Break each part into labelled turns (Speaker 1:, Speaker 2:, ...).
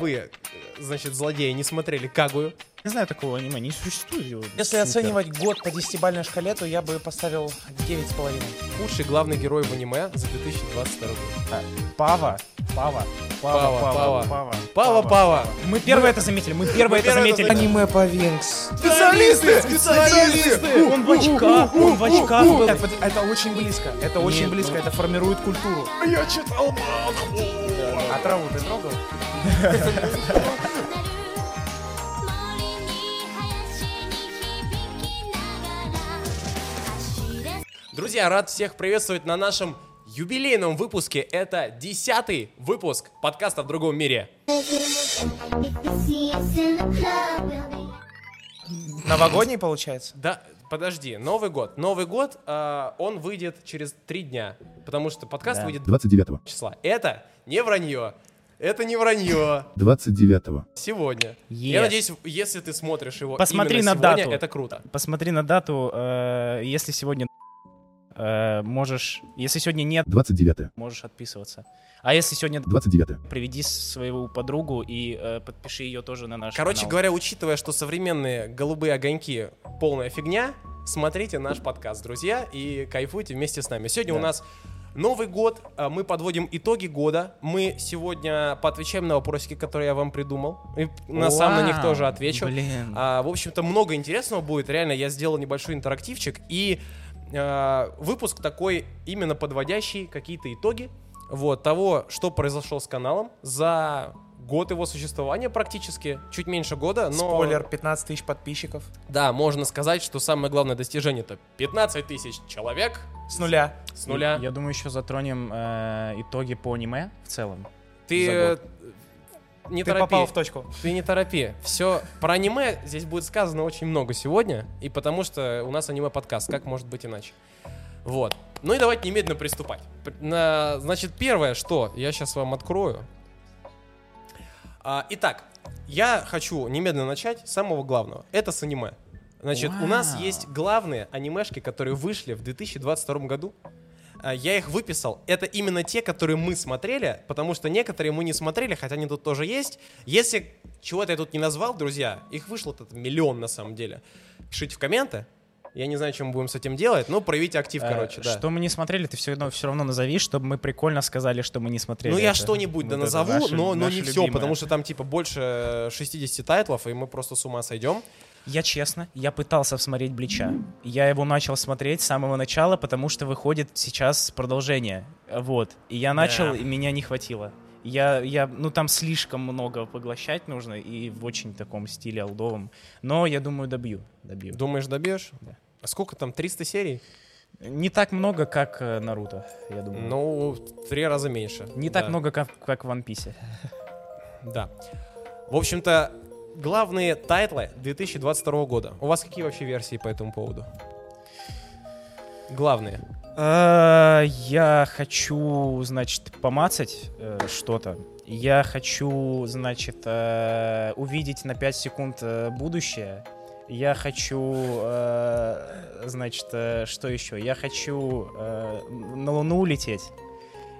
Speaker 1: вы, значит, злодеи, не смотрели Кагую.
Speaker 2: Не знаю такого аниме, не существует. его.
Speaker 3: Если
Speaker 2: Супер.
Speaker 3: оценивать год по десятибальной шкале, то я бы поставил 9,5.
Speaker 2: Ну,
Speaker 1: Худший главный герой в аниме за 2022 год.
Speaker 2: Пава, Пава,
Speaker 1: Пава,
Speaker 2: Пава, Пава,
Speaker 1: Пава.
Speaker 2: Пава.
Speaker 1: Пава, Пава.
Speaker 2: Мы первые это заметили, мы первые это
Speaker 1: первые это
Speaker 2: заметили.
Speaker 3: Аниме по Винкс.
Speaker 1: Специалисты! Специалисты!
Speaker 2: Э, Он в очках, он в очках был.
Speaker 3: Так, вот это очень близко, это очень
Speaker 2: Нет,
Speaker 3: близко,
Speaker 2: ну-
Speaker 3: это формирует культуру.
Speaker 1: Я читал мангу.
Speaker 3: А траву ты трогал?
Speaker 4: 森に林に響きながら走れ
Speaker 1: Друзья, рад всех приветствовать на нашем юбилейном выпуске. Это десятый выпуск подкаста «В другом мире».
Speaker 4: If you see us in the club, we'll be
Speaker 3: Новогодний, получается?
Speaker 1: Да, подожди, Новый год. Новый год, э, он выйдет через три дня, потому что подкаст выйдет
Speaker 5: 29,
Speaker 1: числа. Это не вранье. Это не вранье.
Speaker 5: 29,
Speaker 1: Сегодня.
Speaker 2: Yes.
Speaker 1: Я надеюсь, если ты смотришь его
Speaker 2: Посмотри
Speaker 1: именно
Speaker 2: на
Speaker 1: сегодня,
Speaker 2: дату.
Speaker 1: это круто.
Speaker 2: Посмотри на дату, э, если сегодня э, можешь, если сегодня нет,
Speaker 5: 29,
Speaker 2: можешь отписываться. А если сегодня
Speaker 5: 29.
Speaker 2: приведи своего подругу и э, подпиши ее тоже на наш
Speaker 1: Короче
Speaker 2: канал.
Speaker 1: говоря, учитывая, что современные голубые огоньки полная фигня, смотрите наш подкаст, друзья, и кайфуйте вместе с нами. Сегодня у нас Новый год, а, мы подводим итоги года. Мы сегодня поотвечаем на вопросики, которые я вам придумал. И на сам на них
Speaker 2: Вау,
Speaker 1: тоже отвечу.
Speaker 2: блин.
Speaker 1: А, в общем-то, много интересного будет. Реально, я сделал небольшой интерактивчик и э, выпуск такой именно подводящий какие-то итоги вот того, что произошло с каналом за год его существования практически, чуть меньше года, но...
Speaker 3: Спойлер, 15 тысяч подписчиков.
Speaker 1: Да, можно сказать, что самое главное достижение это 15 тысяч человек
Speaker 3: С нуля.
Speaker 1: с нуля.
Speaker 2: Я думаю, еще затронем э, итоги по аниме в целом.
Speaker 1: Ты...
Speaker 2: за
Speaker 1: э, Не
Speaker 3: Ты
Speaker 1: торопи.
Speaker 3: попал в точку.
Speaker 1: Ты не торопи. Все про аниме здесь будет сказано очень много сегодня, и потому что у нас аниме-подкаст, как может быть иначе. Вот. Ну и давайте немедленно приступать. Пр- на- значит, первое, что я сейчас вам открою. А, итак, я хочу немедленно начать с самого главного. Это с аниме. Значит, у нас
Speaker 2: Вау.
Speaker 1: есть главные анимешки, которые вышли в 2022 году. А, Я их выписал. Это именно те, которые мы смотрели, потому что некоторые мы не смотрели, хотя они тут тоже есть. Если чего-то я тут не назвал, друзья, их вышло тут миллион на самом деле. Пишите в комменты. Я не знаю, чем мы будем с этим делать, но проявите актив,
Speaker 2: Э,
Speaker 1: короче, да.
Speaker 2: Что мы не смотрели, ты все равно, все равно назови, чтобы мы прикольно сказали, что мы не смотрели.
Speaker 1: Ну, я
Speaker 2: это.
Speaker 1: что-нибудь да
Speaker 2: Вот это
Speaker 1: назову,
Speaker 2: наше-
Speaker 1: но, но
Speaker 2: наше
Speaker 1: не все,
Speaker 2: любимое.
Speaker 1: потому что там, типа, больше 60 тайтлов, и мы просто с ума сойдем.
Speaker 2: Я честно, я пытался смотреть Блича. Я его начал смотреть с самого начала, потому что выходит сейчас продолжение. Вот. И я начал,
Speaker 1: Да.
Speaker 2: и меня не хватило. Я, я, ну там слишком много поглощать нужно и в очень таком стиле алдовом. Но я думаю, добью. Добью.
Speaker 1: Думаешь, добьешь?
Speaker 2: Да.
Speaker 1: А сколько там, 300 серий?
Speaker 2: Не так много, как э, Наруто, я думаю.
Speaker 1: Ну, в три раза меньше.
Speaker 2: не так
Speaker 1: Да.
Speaker 2: много, как, как в One Piece.
Speaker 1: Да. В общем-то, главные тайтлы 2022 года. У вас какие вообще версии по этому поводу? Главные.
Speaker 2: А, Я хочу, значит, помацать э, что-то. Я хочу, значит, э, увидеть на 5 секунд э, будущее. Я хочу, э, значит, э, что еще? Я хочу э, на Луну улететь.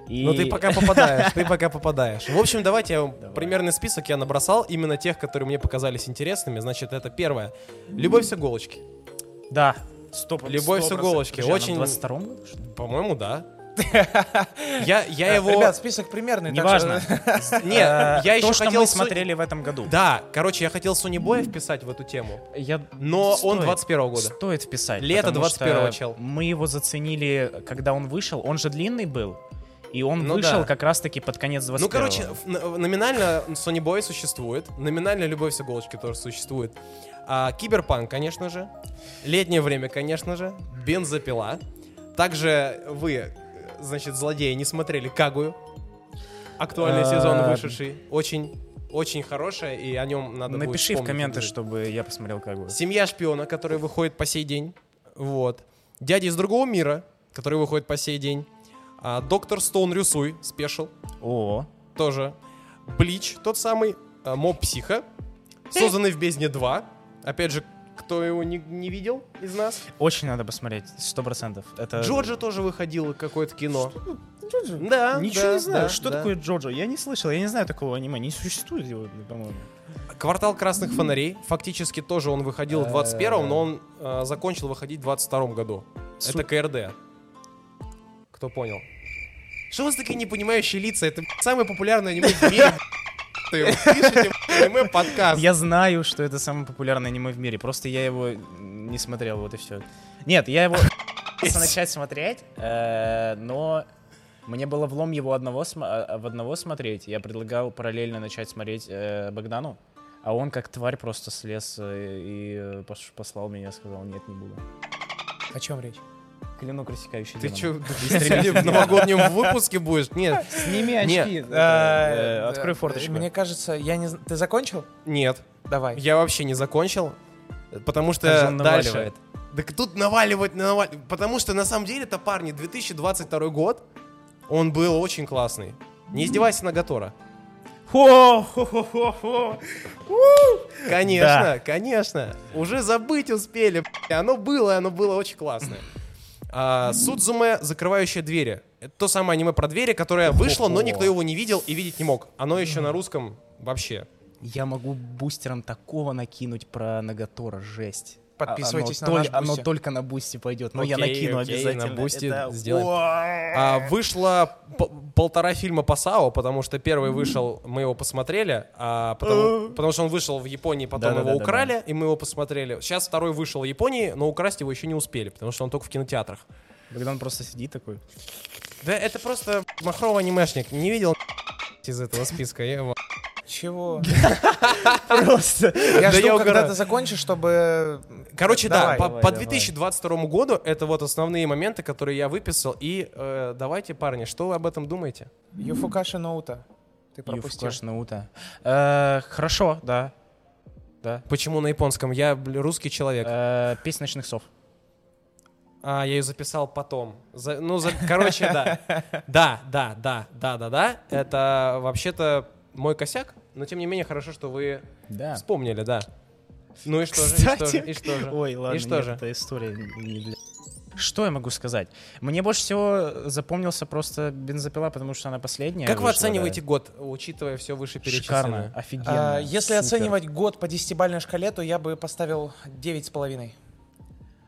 Speaker 2: И...
Speaker 1: Ну, ты пока попадаешь, ты пока попадаешь. В общем, давайте я вам
Speaker 2: Давай.
Speaker 1: примерный список я набросал, именно тех, которые мне показались интересными. Значит, это первое. Любовь с иголочки.
Speaker 2: Да. Стоп,
Speaker 1: Любовь с иголочки. Очень-
Speaker 2: Очень... 22 году, что ли?
Speaker 1: По-моему, да. Я, я
Speaker 3: Э,
Speaker 1: его...
Speaker 3: Ребят, список примерный. так
Speaker 2: Неважно.
Speaker 3: что-
Speaker 1: Нет, я
Speaker 2: Э,
Speaker 1: еще
Speaker 2: То, что
Speaker 1: хотел
Speaker 2: мы
Speaker 1: су-
Speaker 2: смотрели в этом году.
Speaker 1: Да, короче, я хотел Сони Боя вписать в эту тему,
Speaker 2: Я...
Speaker 1: но он
Speaker 2: Стоит.
Speaker 1: 21 года.
Speaker 2: Стоит вписать.
Speaker 1: Лето
Speaker 2: потому что
Speaker 1: 21-го, чел.
Speaker 2: Мы его заценили, когда он вышел. Он же длинный был. И он
Speaker 1: Ну
Speaker 2: вышел
Speaker 1: да.
Speaker 2: как раз-таки под конец 21
Speaker 1: Ну, короче, ф- н- номинально Sony Boy существует, номинально Любовь с иголочки тоже существует. А, киберпанк, конечно же. Летнее время, конечно же. Бензопила. Также вы, э, значит, злодеи, не смотрели Кагую. Актуальный
Speaker 2: Э,
Speaker 1: сезон вышедший. Очень, очень хорошая, и о нем надо будет
Speaker 2: Напиши в
Speaker 1: вспомнить
Speaker 2: комменты,
Speaker 1: обязательно.
Speaker 2: чтобы я посмотрел как бы.
Speaker 1: Семья шпиона, который выходит по сей день. Вот. Дядя из другого мира, который выходит по сей день. А, Доктор Стоун Рюсуй, спешл
Speaker 2: О,
Speaker 1: тоже. Блич, тот самый э, моб психа, созданный в бездне 2. Опять же, кто его не, не видел из нас.
Speaker 2: Э, очень надо посмотреть, сто процентов. Это
Speaker 1: Джорджа тоже выходил какое-то кино.
Speaker 2: Джоджо?
Speaker 1: Да,
Speaker 2: Ничего
Speaker 1: да,
Speaker 2: не знаю.
Speaker 1: да,
Speaker 2: что
Speaker 1: да.
Speaker 2: такое Джоджо? Я не слышал, я не знаю такого аниме. Не существует его, по-моему.
Speaker 1: Квартал красных фонарей. Фактически тоже он выходил в 21-м, но он э, закончил выходить в 22-м году.
Speaker 2: Су-
Speaker 1: Это КРД. Кто понял? Что у вас такие непонимающие лица? Это блядь, самое популярное аниме в мире. блядь. Ты пишете аниме подкаст.
Speaker 2: Я знаю, что это самое популярное аниме в мире. Просто я его не смотрел, вот и все. Нет, я его пытался начать смотреть, э, но мне было влом его одного см- а- в одного смотреть. Я предлагал параллельно начать смотреть э, Богдану, а он как тварь просто слез э, и э, пош- послал меня, сказал, нет, не буду.
Speaker 3: О чем речь?
Speaker 2: Клинок рассекающий
Speaker 1: Ты
Speaker 2: демона.
Speaker 1: чё, в новогоднем выпуске будешь? Нет,
Speaker 2: Сними
Speaker 1: Нет.
Speaker 2: очки.
Speaker 3: Э,
Speaker 2: Э, а Открой
Speaker 3: да,
Speaker 2: форточку.
Speaker 3: Мне кажется, я не... зн- Ты закончил?
Speaker 1: нет.
Speaker 3: Давай.
Speaker 1: Я вообще не закончил, потому
Speaker 2: Как же
Speaker 1: что
Speaker 2: он
Speaker 1: дальше...
Speaker 2: наваливает.
Speaker 1: Так тут наваливать, наваливать. Потому что на самом деле-то, парни, 2022 год, он был очень классный. Не издевайся на Гатора.
Speaker 2: Хо-хо-хо-хо-хо.
Speaker 1: Конечно,
Speaker 2: Да.
Speaker 1: конечно. Уже забыть успели. б***ь. Оно было, оно было очень классное. А, Судзуме «Закрывающая двери». Это то самое аниме про двери, которое вышло, но никто его не видел и видеть не мог. Оно еще на русском вообще.
Speaker 2: Я могу бустером такого накинуть про Нагатора, жесть.
Speaker 3: Подписывайтесь
Speaker 2: Оно
Speaker 3: на
Speaker 2: толь-
Speaker 3: наш
Speaker 2: Оно
Speaker 3: Бусти.
Speaker 2: только на бусте пойдет, но я
Speaker 1: Окей,
Speaker 2: накину
Speaker 1: окей,
Speaker 2: обязательно.
Speaker 1: на Бусти
Speaker 2: Это-
Speaker 1: сделаем.
Speaker 2: Уа!
Speaker 1: А, вышло п- полтора фильма по САО, потому что первый вышел, мы его посмотрели, а потому, потому что он вышел в Японии, потом
Speaker 2: Э. Да-да-да-да-да.
Speaker 1: его украли, и мы его посмотрели. Сейчас второй вышел в Японии, но украсть его еще не успели, потому что он только в кинотеатрах.
Speaker 2: Богдан просто сидит такой.
Speaker 1: Да это просто махровый анимешник. Не видел из этого списка. Я его-
Speaker 3: Чего?
Speaker 2: Просто.
Speaker 1: Да
Speaker 3: Я
Speaker 1: я
Speaker 3: жду, когда
Speaker 1: угораю.
Speaker 3: ты закончишь, чтобы...
Speaker 1: Короче,
Speaker 3: Давай.
Speaker 1: да, по-
Speaker 2: давай,
Speaker 1: по
Speaker 2: давай.
Speaker 1: 2022 году это вот основные моменты, которые я выписал. И э, давайте, парни, что вы об этом думаете?
Speaker 3: Юфукаши Ноута. Ты пропустил.
Speaker 2: Юфукаш Наута. Э, Хорошо, да. Да.
Speaker 1: Почему на японском? Я бля, русский человек.
Speaker 2: Э, Песнь ночных сов.
Speaker 1: А, я ее записал потом. За- ну, за- короче, да. Да, да, да, да, да, да. Это вообще-то мой косяк, но тем не менее хорошо, что вы
Speaker 2: Да.
Speaker 1: вспомнили, да. Ну и что же, и что же,
Speaker 2: А. Кстати.
Speaker 1: и что же?
Speaker 2: Ой, ладно,
Speaker 1: И что
Speaker 2: нет,
Speaker 1: же?
Speaker 2: эта история не для- Что я могу сказать? Мне больше всего запомнился просто бензопила, потому что она последняя.
Speaker 1: Как вы
Speaker 2: вышла, да.
Speaker 1: оцениваете год, учитывая все
Speaker 2: Шикарно,
Speaker 1: вышеперечисленное?
Speaker 2: офигенно.
Speaker 3: А, Если
Speaker 2: супер.
Speaker 3: оценивать год по десятибальной шкале, то я бы поставил 9,5.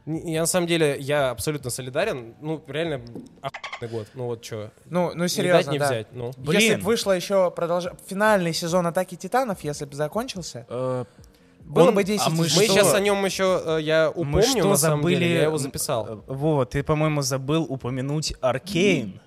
Speaker 1: Н- Я на самом деле, я абсолютно солидарен. Ну, реально, охуенный год. Ну вот что.
Speaker 3: Ну, ну
Speaker 1: Не дать,
Speaker 3: серьезно,
Speaker 1: не
Speaker 3: да.
Speaker 1: взять. Ну.
Speaker 2: Блин.
Speaker 3: Если бы вышло еще продолж... финальный сезон Атаки Титанов, если бы закончился,
Speaker 2: Э,
Speaker 3: было
Speaker 1: Он-
Speaker 3: бы 10
Speaker 2: а мы
Speaker 1: Мы
Speaker 3: из
Speaker 2: что?
Speaker 1: сейчас о нем еще, я
Speaker 2: мы
Speaker 1: упомню,
Speaker 2: что
Speaker 1: на самом
Speaker 2: забыли...
Speaker 1: деле, я его записал.
Speaker 2: М, э, Вова, ты, по-моему, забыл упомянуть Аркейн.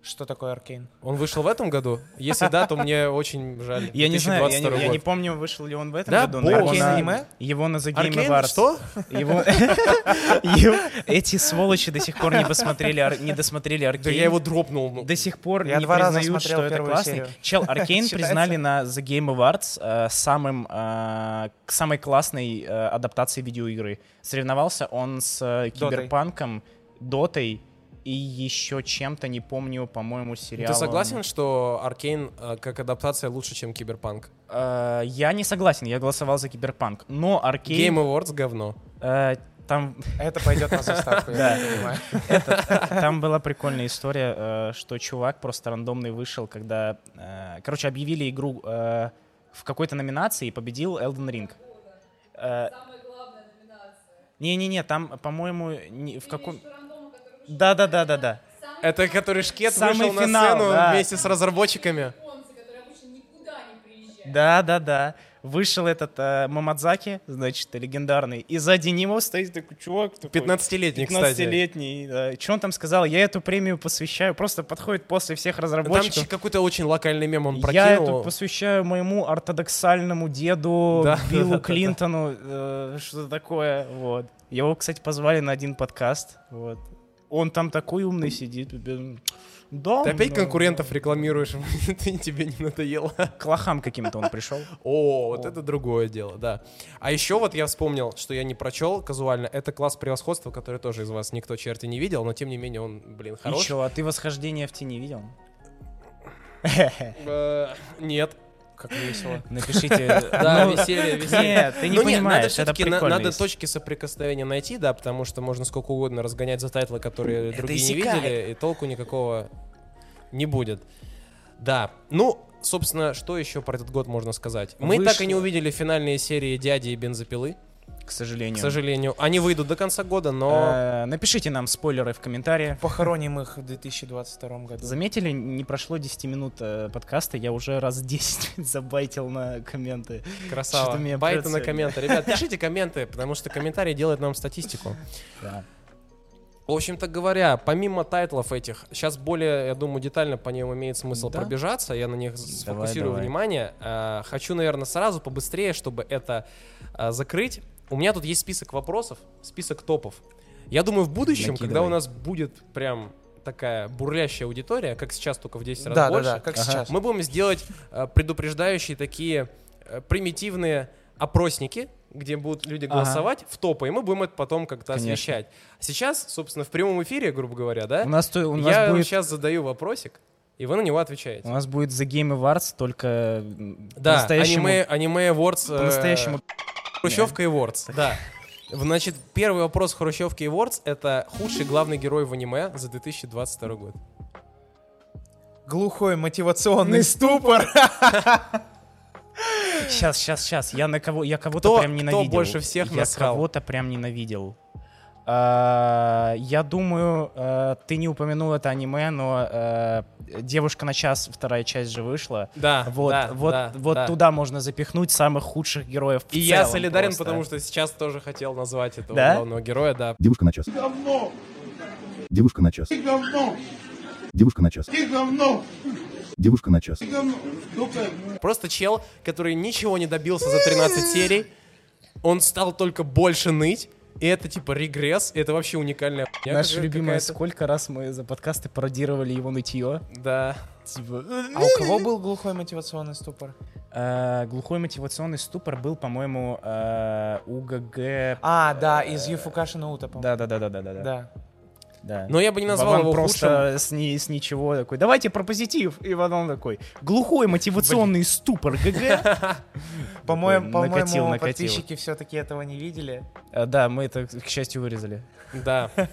Speaker 3: Что такое Аркейн?
Speaker 1: Он вышел в этом году? Если да, то мне очень жаль.
Speaker 2: Я не знаю, я не,
Speaker 1: 2022
Speaker 2: я не
Speaker 1: год.
Speaker 2: помню, вышел ли он в этом
Speaker 1: Да,
Speaker 2: году.
Speaker 1: бог.
Speaker 2: его
Speaker 3: Аркейн
Speaker 2: на-
Speaker 3: аниме?
Speaker 2: Его на The Game
Speaker 1: Аркейн,
Speaker 2: Awards.
Speaker 1: что?
Speaker 2: Его- его- Эти сволочи до сих пор не посмотрели, Ар- не досмотрели Аркейн.
Speaker 1: Да я его дропнул. ну.
Speaker 2: до сих пор
Speaker 3: Я
Speaker 2: не
Speaker 3: два раза
Speaker 2: признают,
Speaker 3: смотрел
Speaker 2: что это
Speaker 3: первую
Speaker 2: классный.
Speaker 3: серию.
Speaker 2: Чел, Аркейн
Speaker 3: Считается?
Speaker 2: признали на The Game Awards э, самым, э, к самой классной э, адаптацией видеоигры. Соревновался он с э,
Speaker 3: Дотой.
Speaker 2: Киберпанком, Дотой и еще чем-то, не помню, по-моему, сериалом.
Speaker 1: Ты согласен, что Аркейн э, как адаптация лучше, чем Киберпанк?
Speaker 2: Э, я не согласен, я голосовал за Киберпанк. Но
Speaker 1: Game
Speaker 2: Аркейн...
Speaker 1: Awards говно.
Speaker 2: э, там
Speaker 3: А Это пойдет на заставку, я так понимаю.
Speaker 2: Там была прикольная история, э, что чувак просто рандомный вышел, когда... э, Короче, объявили игру э, в какой-то номинации и победил Elden Ring. Э, Не-не-не, там, по-моему, не- в каком... Да-да-да-да-да.
Speaker 1: Это который шкет
Speaker 2: Самый
Speaker 1: вышел на
Speaker 2: финал,
Speaker 1: сцену
Speaker 2: да.
Speaker 1: вместе с разработчиками.
Speaker 5: японцы, которые обычно никуда не приезжают.
Speaker 2: Да-да-да. Вышел этот э, Мамадзаки, значит, легендарный, и сзади него стоит такой чувак. такой,
Speaker 1: 15-летний, кстати.
Speaker 2: 15-летний. Что он там сказал? Я эту премию посвящаю. Просто подходит после всех
Speaker 1: Там
Speaker 2: разработчиков.
Speaker 1: ч- какой-то очень локальный мем он
Speaker 2: Я это
Speaker 1: прокинул.
Speaker 2: посвящаю моему ортодоксальному деду
Speaker 1: Да,
Speaker 2: Биллу
Speaker 1: да, да, да.
Speaker 2: Клинтону, э, что-то такое, вот. Его, кстати, позвали на один подкаст, вот. Он там такой умный сидит. блин. Да,
Speaker 1: Ты опять
Speaker 2: ну,
Speaker 1: конкурентов рекламируешь, ты тебе не надоело.
Speaker 2: К лохам каким-то он пришел.
Speaker 1: О, вот это другое дело, да. А еще вот я вспомнил, что я не прочел казуально, это класс превосходства, который тоже из вас никто черти не видел, но тем не менее он, блин,
Speaker 2: И
Speaker 1: хороший.
Speaker 2: чё, а ты «Восхождение в тени» видел?
Speaker 1: Э, Нет. Как весело.
Speaker 2: Напишите.
Speaker 1: Да,
Speaker 2: Ну,
Speaker 1: веселье, веселье.
Speaker 2: Нет, ты не
Speaker 1: Ну, нет, надо
Speaker 2: понимаешь, это
Speaker 1: все-таки
Speaker 2: прикольно.
Speaker 1: надо
Speaker 2: если-
Speaker 1: точки соприкосновения найти, да, потому что можно сколько угодно разгонять за тайтлы, которые другие не
Speaker 2: иссякает.
Speaker 1: видели, и толку никакого Не будет. Да. Ну, собственно, что еще про этот год можно сказать? Мы
Speaker 2: Вышло.
Speaker 1: так и не увидели финальные серии «Дяди и бензопилы»,
Speaker 2: к сожалению.
Speaker 1: к сожалению. Они выйдут до конца года, но...
Speaker 2: Э, Напишите нам спойлеры в комментариях.
Speaker 3: Похороним их в 2022 году.
Speaker 2: Заметили, не прошло 10 минут э, подкаста, я уже раз 10 забайтил на комменты.
Speaker 1: Красава.
Speaker 2: Э, что-то меня прет
Speaker 1: Байты на
Speaker 2: сегодня.
Speaker 1: комменты. Ребят, пишите комменты, потому что комментарии делают нам статистику.
Speaker 2: Да.
Speaker 1: В общем-то говоря, помимо тайтлов этих, сейчас более, я думаю, детально по ним имеет смысл
Speaker 2: Да.
Speaker 1: пробежаться, я на них сфокусирую
Speaker 2: давай.
Speaker 1: внимание. А, хочу, наверное, сразу побыстрее, чтобы это а, закрыть. У меня тут есть список вопросов, список топов. Я думаю, в будущем, когда
Speaker 2: Накидывай.
Speaker 1: у нас будет прям такая бурлящая аудитория, как сейчас только в 10 раз
Speaker 3: Да, да,
Speaker 1: больше,
Speaker 3: да, как
Speaker 2: Ага.
Speaker 3: сейчас.
Speaker 1: мы будем сделать э, предупреждающие такие э, примитивные опросники, где будут люди
Speaker 2: Ага.
Speaker 1: голосовать в топы, и мы будем это потом как-то
Speaker 2: Конечно.
Speaker 1: освещать. Сейчас, собственно, в прямом эфире, грубо говоря, да,
Speaker 2: У нас, то- у нас
Speaker 1: я
Speaker 2: будет...
Speaker 1: сейчас задаю вопросик, и вы на него отвечаете.
Speaker 2: У нас будет The Game Awards, только м,
Speaker 1: Да,
Speaker 2: по-настоящему...
Speaker 1: аниме, аниме Awards. э,
Speaker 2: По-настоящему...
Speaker 1: Хрущевка и Вордс, да. Значит, первый вопрос Хрущевки и Вордс — это худший главный герой в аниме за 2022 год.
Speaker 3: Глухой мотивационный ступор.
Speaker 2: Сейчас, сейчас, сейчас. Я на кого, я кого-то
Speaker 1: Кто-
Speaker 2: прям
Speaker 1: кто
Speaker 2: ненавидел.
Speaker 1: больше всех
Speaker 2: Я
Speaker 1: насрал?
Speaker 2: кого-то прям ненавидел. А, Я думаю, э, ты не упомянул это аниме, но э, девушка на час вторая часть же вышла.
Speaker 1: Да,
Speaker 2: Вот,
Speaker 1: да,
Speaker 2: вот,
Speaker 1: да,
Speaker 2: вот
Speaker 1: да.
Speaker 2: туда можно запихнуть самых худших героев. в
Speaker 1: И я
Speaker 2: целом
Speaker 1: солидарен,
Speaker 2: просто.
Speaker 1: потому что сейчас тоже хотел назвать этого
Speaker 2: Да?
Speaker 1: главного героя, да.
Speaker 6: Девушка на час. Девушка на час. Девушка на час. Девушка на час.
Speaker 1: Просто чел, который ничего не добился за 13 серий, он стал только больше ныть, и это типа регресс, и это вообще уникальная хуйня
Speaker 2: Наша
Speaker 1: какая-
Speaker 2: любимая,
Speaker 1: какая-то.
Speaker 2: сколько раз мы за подкасты пародировали его нытье.
Speaker 1: Да.
Speaker 2: Типа,
Speaker 3: А у кого был глухой мотивационный ступор?
Speaker 2: э, глухой мотивационный ступор был, по-моему, э, у ГГ...
Speaker 3: А, да, из Юфукашина Ута, по-моему.
Speaker 2: Да-да-да-да-да.
Speaker 3: Да.
Speaker 2: Да.
Speaker 1: Но Ну, я бы не назвал
Speaker 2: Вован
Speaker 1: его
Speaker 2: просто с, ни- с ничего такой. Давайте про позитив. И потом такой. Глухой мотивационный ступор ГГ.
Speaker 3: По-моему,
Speaker 2: Накатил, накатил.
Speaker 3: по-моему, подписчики все-таки этого не видели.
Speaker 2: А, Да, мы это, к счастью, вырезали.
Speaker 1: худшим. Да.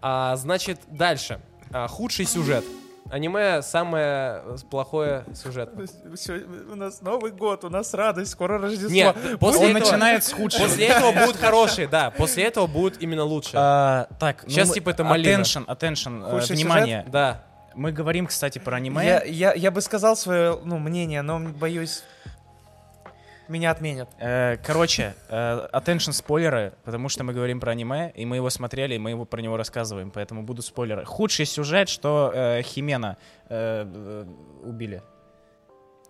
Speaker 1: А, значит, дальше. А, худший сюжет. Аниме самое э, плохое сюжет.
Speaker 3: у нас Новый год, у нас радость, скоро Рождество.
Speaker 1: Нет, после
Speaker 2: Он
Speaker 1: этого-
Speaker 2: начинает с худшего.
Speaker 1: После этого будут хорошие, да. После этого будут именно лучше.
Speaker 2: А, так, ну
Speaker 1: Сейчас
Speaker 2: мы-
Speaker 1: типа это малина.
Speaker 2: Attention, attention, э,
Speaker 3: Худший
Speaker 2: внимание.
Speaker 1: Да.
Speaker 2: Мы говорим, кстати, про аниме.
Speaker 3: Я, я, я бы сказал свое ну, мнение, но боюсь, меня отменят.
Speaker 2: Э, короче, э, attention спойлеры, потому что мы говорим про аниме, и мы его смотрели, и мы его про него рассказываем, поэтому будут спойлеры. Худший сюжет, что э, Химена э, э, убили.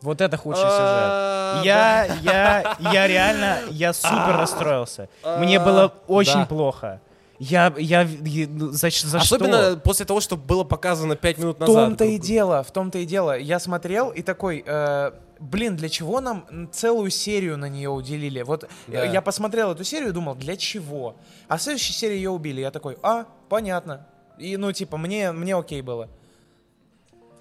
Speaker 2: Вот это худший сюжет.
Speaker 1: А,
Speaker 2: Я, я, я реально, я супер расстроился. Мне было
Speaker 1: А, Да.
Speaker 2: очень плохо. Я, я, я- ну, за, ч- за
Speaker 1: Особенно
Speaker 2: что?
Speaker 1: после того, что было показано 5 минут
Speaker 3: В
Speaker 1: назад.
Speaker 3: том-то и дело, в том-то и дело. Я смотрел и такой, э, блин, для чего нам м, целую серию на нее уделили? Вот э,
Speaker 1: Да.
Speaker 3: я посмотрел эту серию и думал, для чего? А в следующей серии ее убили. Я такой, а, понятно. И ну типа мне мне окей было,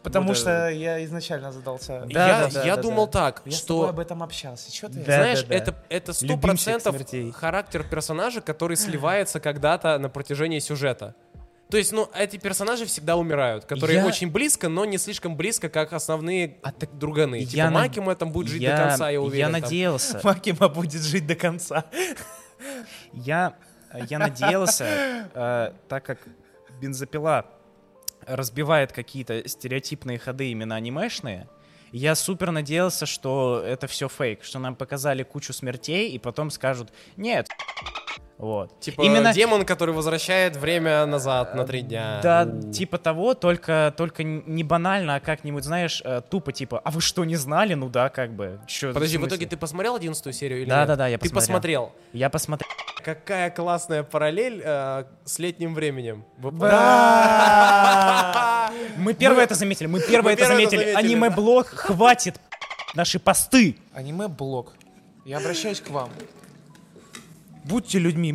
Speaker 3: потому
Speaker 2: Ну да,
Speaker 3: что
Speaker 2: да.
Speaker 3: я изначально задался.
Speaker 2: Да,
Speaker 1: я
Speaker 2: да, да,
Speaker 1: я
Speaker 2: да,
Speaker 1: думал
Speaker 2: да.
Speaker 1: так,
Speaker 3: Я с тобой
Speaker 1: что
Speaker 3: об этом общался. Че ты?
Speaker 2: Да,
Speaker 1: знаешь,
Speaker 2: да, да.
Speaker 1: это это сто
Speaker 2: Любимчик
Speaker 1: процентов
Speaker 2: смертей.
Speaker 1: характер персонажа, который сливается когда-то на протяжении сюжета. То есть, ну, эти персонажи всегда умирают, которые
Speaker 2: Я-
Speaker 1: очень близко, но не слишком близко, как основные
Speaker 2: А так
Speaker 1: друганы.
Speaker 2: я
Speaker 1: Типа
Speaker 2: над-
Speaker 1: Макима там будет жить до конца, я уверен.
Speaker 2: Я
Speaker 1: там.
Speaker 2: надеялся.
Speaker 3: Макима будет жить до конца.
Speaker 2: Я, я надеялся, э, так как бензопила разбивает какие-то стереотипные ходы именно анимешные, я супер надеялся, что это все фейк, что нам показали кучу смертей и потом скажут «нет». Вот.
Speaker 1: Типа демон, который возвращает время назад на три дня.
Speaker 2: Да, типа того, только, только не банально, а как-нибудь, знаешь, э, тупо типа «а вы что, не знали?» Ну да, как бы. Чё,
Speaker 1: Подожди, в
Speaker 2: смысле?
Speaker 1: итоге ты посмотрел одиннадцатую серию или
Speaker 2: Да,
Speaker 1: нет?
Speaker 2: да, да, я
Speaker 1: Ты
Speaker 2: посмотрел.
Speaker 1: посмотрел.
Speaker 2: Я посмотрел.
Speaker 1: Какая классная параллель э, с летним временем. Вы-
Speaker 2: Мы первое это заметили, мы
Speaker 1: первое
Speaker 2: первое это
Speaker 1: это
Speaker 2: заметили.
Speaker 1: заметили, да.
Speaker 2: Аниме-блог, хватит наши посты.
Speaker 3: Аниме блог. Я обращаюсь к вам. Будьте людьми.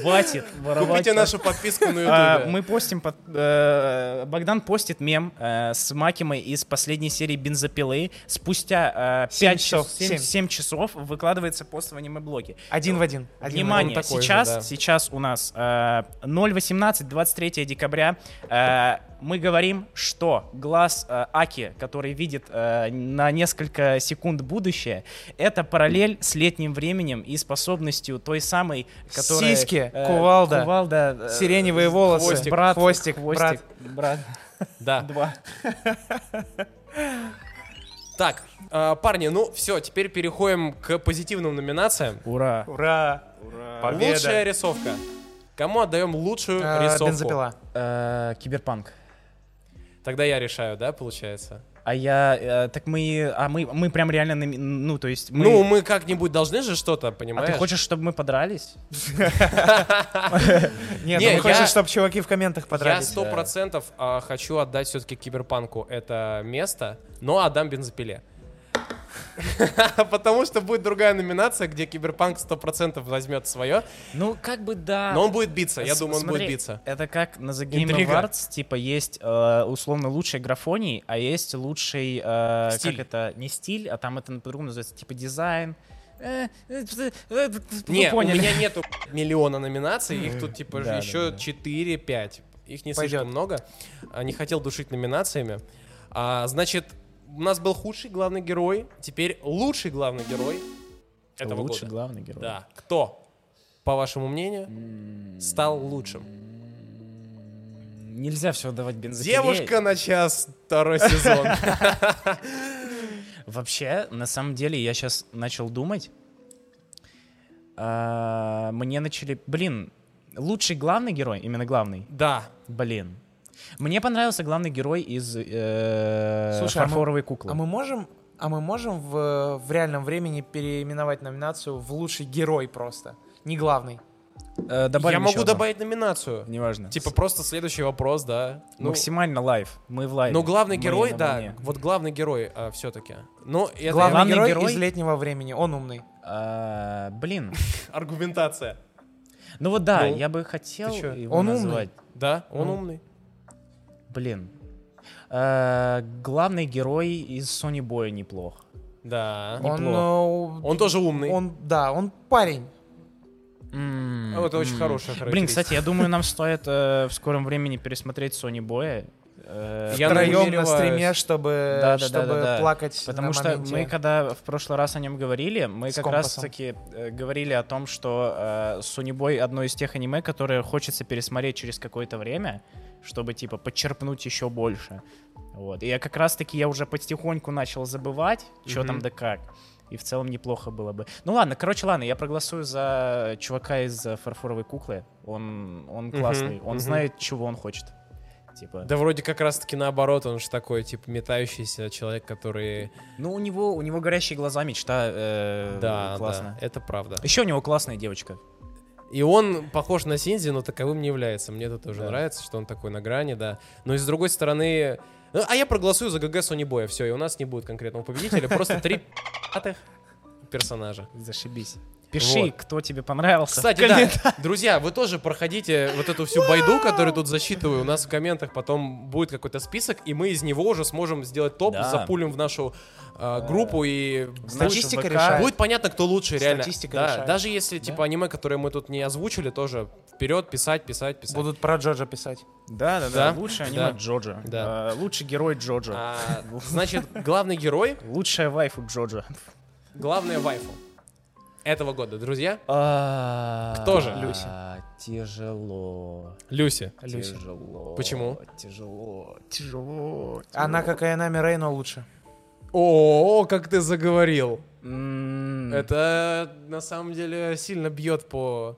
Speaker 2: Хватит воровать.
Speaker 1: Купите нашу подписку на
Speaker 2: А,
Speaker 1: ютубе.
Speaker 2: мы постим, под- э, Богдан постит мем э, с Макимой из последней серии «Бензопилы». Спустя
Speaker 3: Семь
Speaker 2: 5 часов,
Speaker 3: часов,
Speaker 2: 7,
Speaker 3: семь.
Speaker 2: часов выкладывается пост в аниме-блоге.
Speaker 3: Один в один. Один в один.
Speaker 2: Внимание,
Speaker 1: он такой же,
Speaker 2: сейчас,
Speaker 1: да.
Speaker 2: сейчас у нас э, 0.18, 23 декабря. э, мы говорим, что глаз э, Аки, который видит э, на несколько секунд будущее, это параллель с летним временем и способностью той самой, которая... э,
Speaker 3: Сиськи, кувалда,
Speaker 2: кувалда, э,
Speaker 3: Сиреневые волосы.
Speaker 1: хвостик.
Speaker 2: брат,
Speaker 3: Хвостик, брат.
Speaker 2: хвостик, брат.
Speaker 1: Да.
Speaker 2: Два.
Speaker 1: Так, а, парни, ну все, теперь переходим к позитивным номинациям.
Speaker 2: Ура.
Speaker 3: Ура! Победа.
Speaker 1: Лучшая рисовка. Кому отдаем лучшую
Speaker 3: А,
Speaker 1: Э, рисовку?
Speaker 3: Бензопила.
Speaker 2: Э, Киберпанк.
Speaker 1: Тогда я решаю, да, получается?
Speaker 2: А я, э, так мы, а мы, мы прям реально, нами- ну, то есть мы...
Speaker 1: Ну, мы как-нибудь должны же что-то,
Speaker 2: а
Speaker 1: понимаешь?
Speaker 2: ты хочешь, чтобы мы подрались?
Speaker 3: Нет, ну
Speaker 1: Не,
Speaker 3: он
Speaker 1: я-
Speaker 3: хочет, чтобы чуваки в комментах
Speaker 1: Я
Speaker 3: подрались.
Speaker 1: сто процентов а, хочу отдать все-таки киберпанку это место, но отдам бензопиле. Потому что будет другая номинация, где киберпанк сто процентов возьмет свое,
Speaker 2: Ну, как бы да.
Speaker 1: но он будет биться. Я
Speaker 2: С-
Speaker 1: думаю, он
Speaker 2: смотри,
Speaker 1: будет биться.
Speaker 2: Это как на The Game
Speaker 3: Интрига.
Speaker 2: Awards, типа, есть э, условно лучший графоний, а есть лучший, э,
Speaker 1: Стиль.
Speaker 2: как это, не стиль, а там это по-другому называется, типа, дизайн. Э, э, э, э, вы
Speaker 1: Не, у
Speaker 2: поняли.
Speaker 1: меня нету миллиона номинаций, их тут типа
Speaker 2: Да, да,
Speaker 1: еще
Speaker 2: да.
Speaker 1: 4-5. Их не слишком
Speaker 3: Пойдёт.
Speaker 1: много. А, Не хотел душить номинациями. А, значит, у нас был худший главный герой, теперь лучший главный герой этого
Speaker 2: Лучший
Speaker 1: года.
Speaker 2: главный герой.
Speaker 1: Да. Кто, по вашему мнению, стал
Speaker 2: М-м,
Speaker 1: лучшим?
Speaker 2: Нельзя все давать бензопиле.
Speaker 1: Девушка на час, второй сезон.
Speaker 2: Вообще, на самом деле, я сейчас начал думать. А, Мне начали... Блин, лучший главный герой, именно главный,
Speaker 1: Да.
Speaker 2: блин. Мне понравился главный герой из э,
Speaker 3: Слушай, а мы-
Speaker 2: фарфоровой куклы.
Speaker 3: А мы можем, а мы можем в, в реальном времени переименовать номинацию в лучший герой просто, не главный.
Speaker 2: Э, добавим
Speaker 1: Я
Speaker 2: ещё
Speaker 1: могу
Speaker 2: одну.
Speaker 1: добавить номинацию.
Speaker 2: Неважно.
Speaker 1: Типа просто следующий вопрос, да. Ну,
Speaker 2: Максимально лайв. Мы в лайве.
Speaker 1: Но главный
Speaker 2: Мы
Speaker 1: герой,
Speaker 2: на
Speaker 1: да,
Speaker 2: волне.
Speaker 1: вот главный герой все-таки. Ну, это
Speaker 3: главный,
Speaker 2: Главный
Speaker 3: герой,
Speaker 2: герой?
Speaker 3: из летнего времени, он умный.
Speaker 2: А, блин.
Speaker 1: аргументация.
Speaker 2: Ну вот да,
Speaker 1: Ну,
Speaker 2: я бы хотел
Speaker 1: ты чё?
Speaker 2: его
Speaker 3: Он умный.
Speaker 2: назвать.
Speaker 1: Да, он
Speaker 3: Ну.
Speaker 1: умный.
Speaker 2: Блин. Э, главный герой из Sony Боя неплох.
Speaker 1: Да.
Speaker 3: Он,
Speaker 2: неплохо.
Speaker 3: э,
Speaker 1: Он тоже умный.
Speaker 3: он, да, он парень.
Speaker 2: М,
Speaker 1: Ну, это очень
Speaker 2: м.
Speaker 1: хорошая
Speaker 2: Э, Блин,
Speaker 1: характеристика.
Speaker 2: кстати, я думаю, нам стоит э, в скором времени пересмотреть Sony Боя. э,
Speaker 1: Я
Speaker 3: Втроем на
Speaker 1: намереваюсь.
Speaker 3: стриме, чтобы,
Speaker 2: Да, да, да,
Speaker 3: чтобы
Speaker 2: да, да.
Speaker 3: плакать.
Speaker 2: Потому
Speaker 3: на
Speaker 2: что
Speaker 3: моменте.
Speaker 2: мы, когда в прошлый раз о нем говорили, мы
Speaker 3: С
Speaker 2: как
Speaker 3: компасом.
Speaker 2: раз-таки э, говорили о том, что э, Сунибой одно из тех аниме, которые хочется пересмотреть через какое-то время, чтобы, типа, подчерпнуть еще больше. Вот. И я как раз-таки я уже потихоньку начал забывать, что
Speaker 1: Мгм.
Speaker 2: там да как. И в целом неплохо было бы. Ну ладно, короче, ладно, я проголосую за чувака из э, фарфоровой куклы. Он, он
Speaker 1: Мгм,
Speaker 2: классный, он
Speaker 1: мгм.
Speaker 2: знает, чего он хочет. Типа.
Speaker 1: Да вроде как раз-таки наоборот, он же такой, типа, метающийся человек, который...
Speaker 2: Ну, у него, у него горящие глаза, мечта. э,
Speaker 1: Да,
Speaker 2: классно.
Speaker 1: да, это правда.
Speaker 2: Еще у него классная девочка.
Speaker 1: И он похож на Синзи, но таковым не является. Мне это тоже
Speaker 2: Да.
Speaker 1: нравится, что он такой на грани, да. Но и с другой стороны... Ну, а я проголосую за ГГ Сони Боя, все, и у нас не будет конкретного победителя, просто три пи***тых персонажа.
Speaker 2: Зашибись. Пиши,
Speaker 1: Вот.
Speaker 2: кто тебе понравился.
Speaker 1: Кстати, да, друзья, вы тоже проходите вот эту всю байду, которую тут засчитываю. У нас в комментах потом будет какой-то список, и мы из него уже сможем сделать топ,
Speaker 2: Да.
Speaker 1: запулим в нашу э, группу и А,
Speaker 3: Статистика
Speaker 2: Знаешь, в ВК
Speaker 3: решает.
Speaker 1: будет понятно, кто лучше, реально.
Speaker 3: Статистика
Speaker 1: Да,
Speaker 3: решает.
Speaker 1: даже если типа аниме, которое мы тут не озвучили, тоже вперед писать, писать, писать.
Speaker 3: Будут про Джоджа писать.
Speaker 2: Да, да,
Speaker 1: Да.
Speaker 2: да. Лучший
Speaker 1: Да.
Speaker 2: аниме Джоджо.
Speaker 1: Да.
Speaker 2: Э, Лучший герой Джоджо.
Speaker 1: А, значит, главный герой,
Speaker 2: Лучшая вайфу Джоджо.
Speaker 1: главная вайфу этого года, друзья,
Speaker 2: Кто
Speaker 1: А, же?
Speaker 2: Люси. Тяжело.
Speaker 1: Люси.
Speaker 3: Люси.
Speaker 2: Тяжело.
Speaker 1: Почему?
Speaker 2: Тяжело. Тяжело.
Speaker 3: Она, как и Энами Рей, но лучше.
Speaker 1: О, как ты заговорил.
Speaker 2: М,
Speaker 1: Это на самом деле сильно бьет по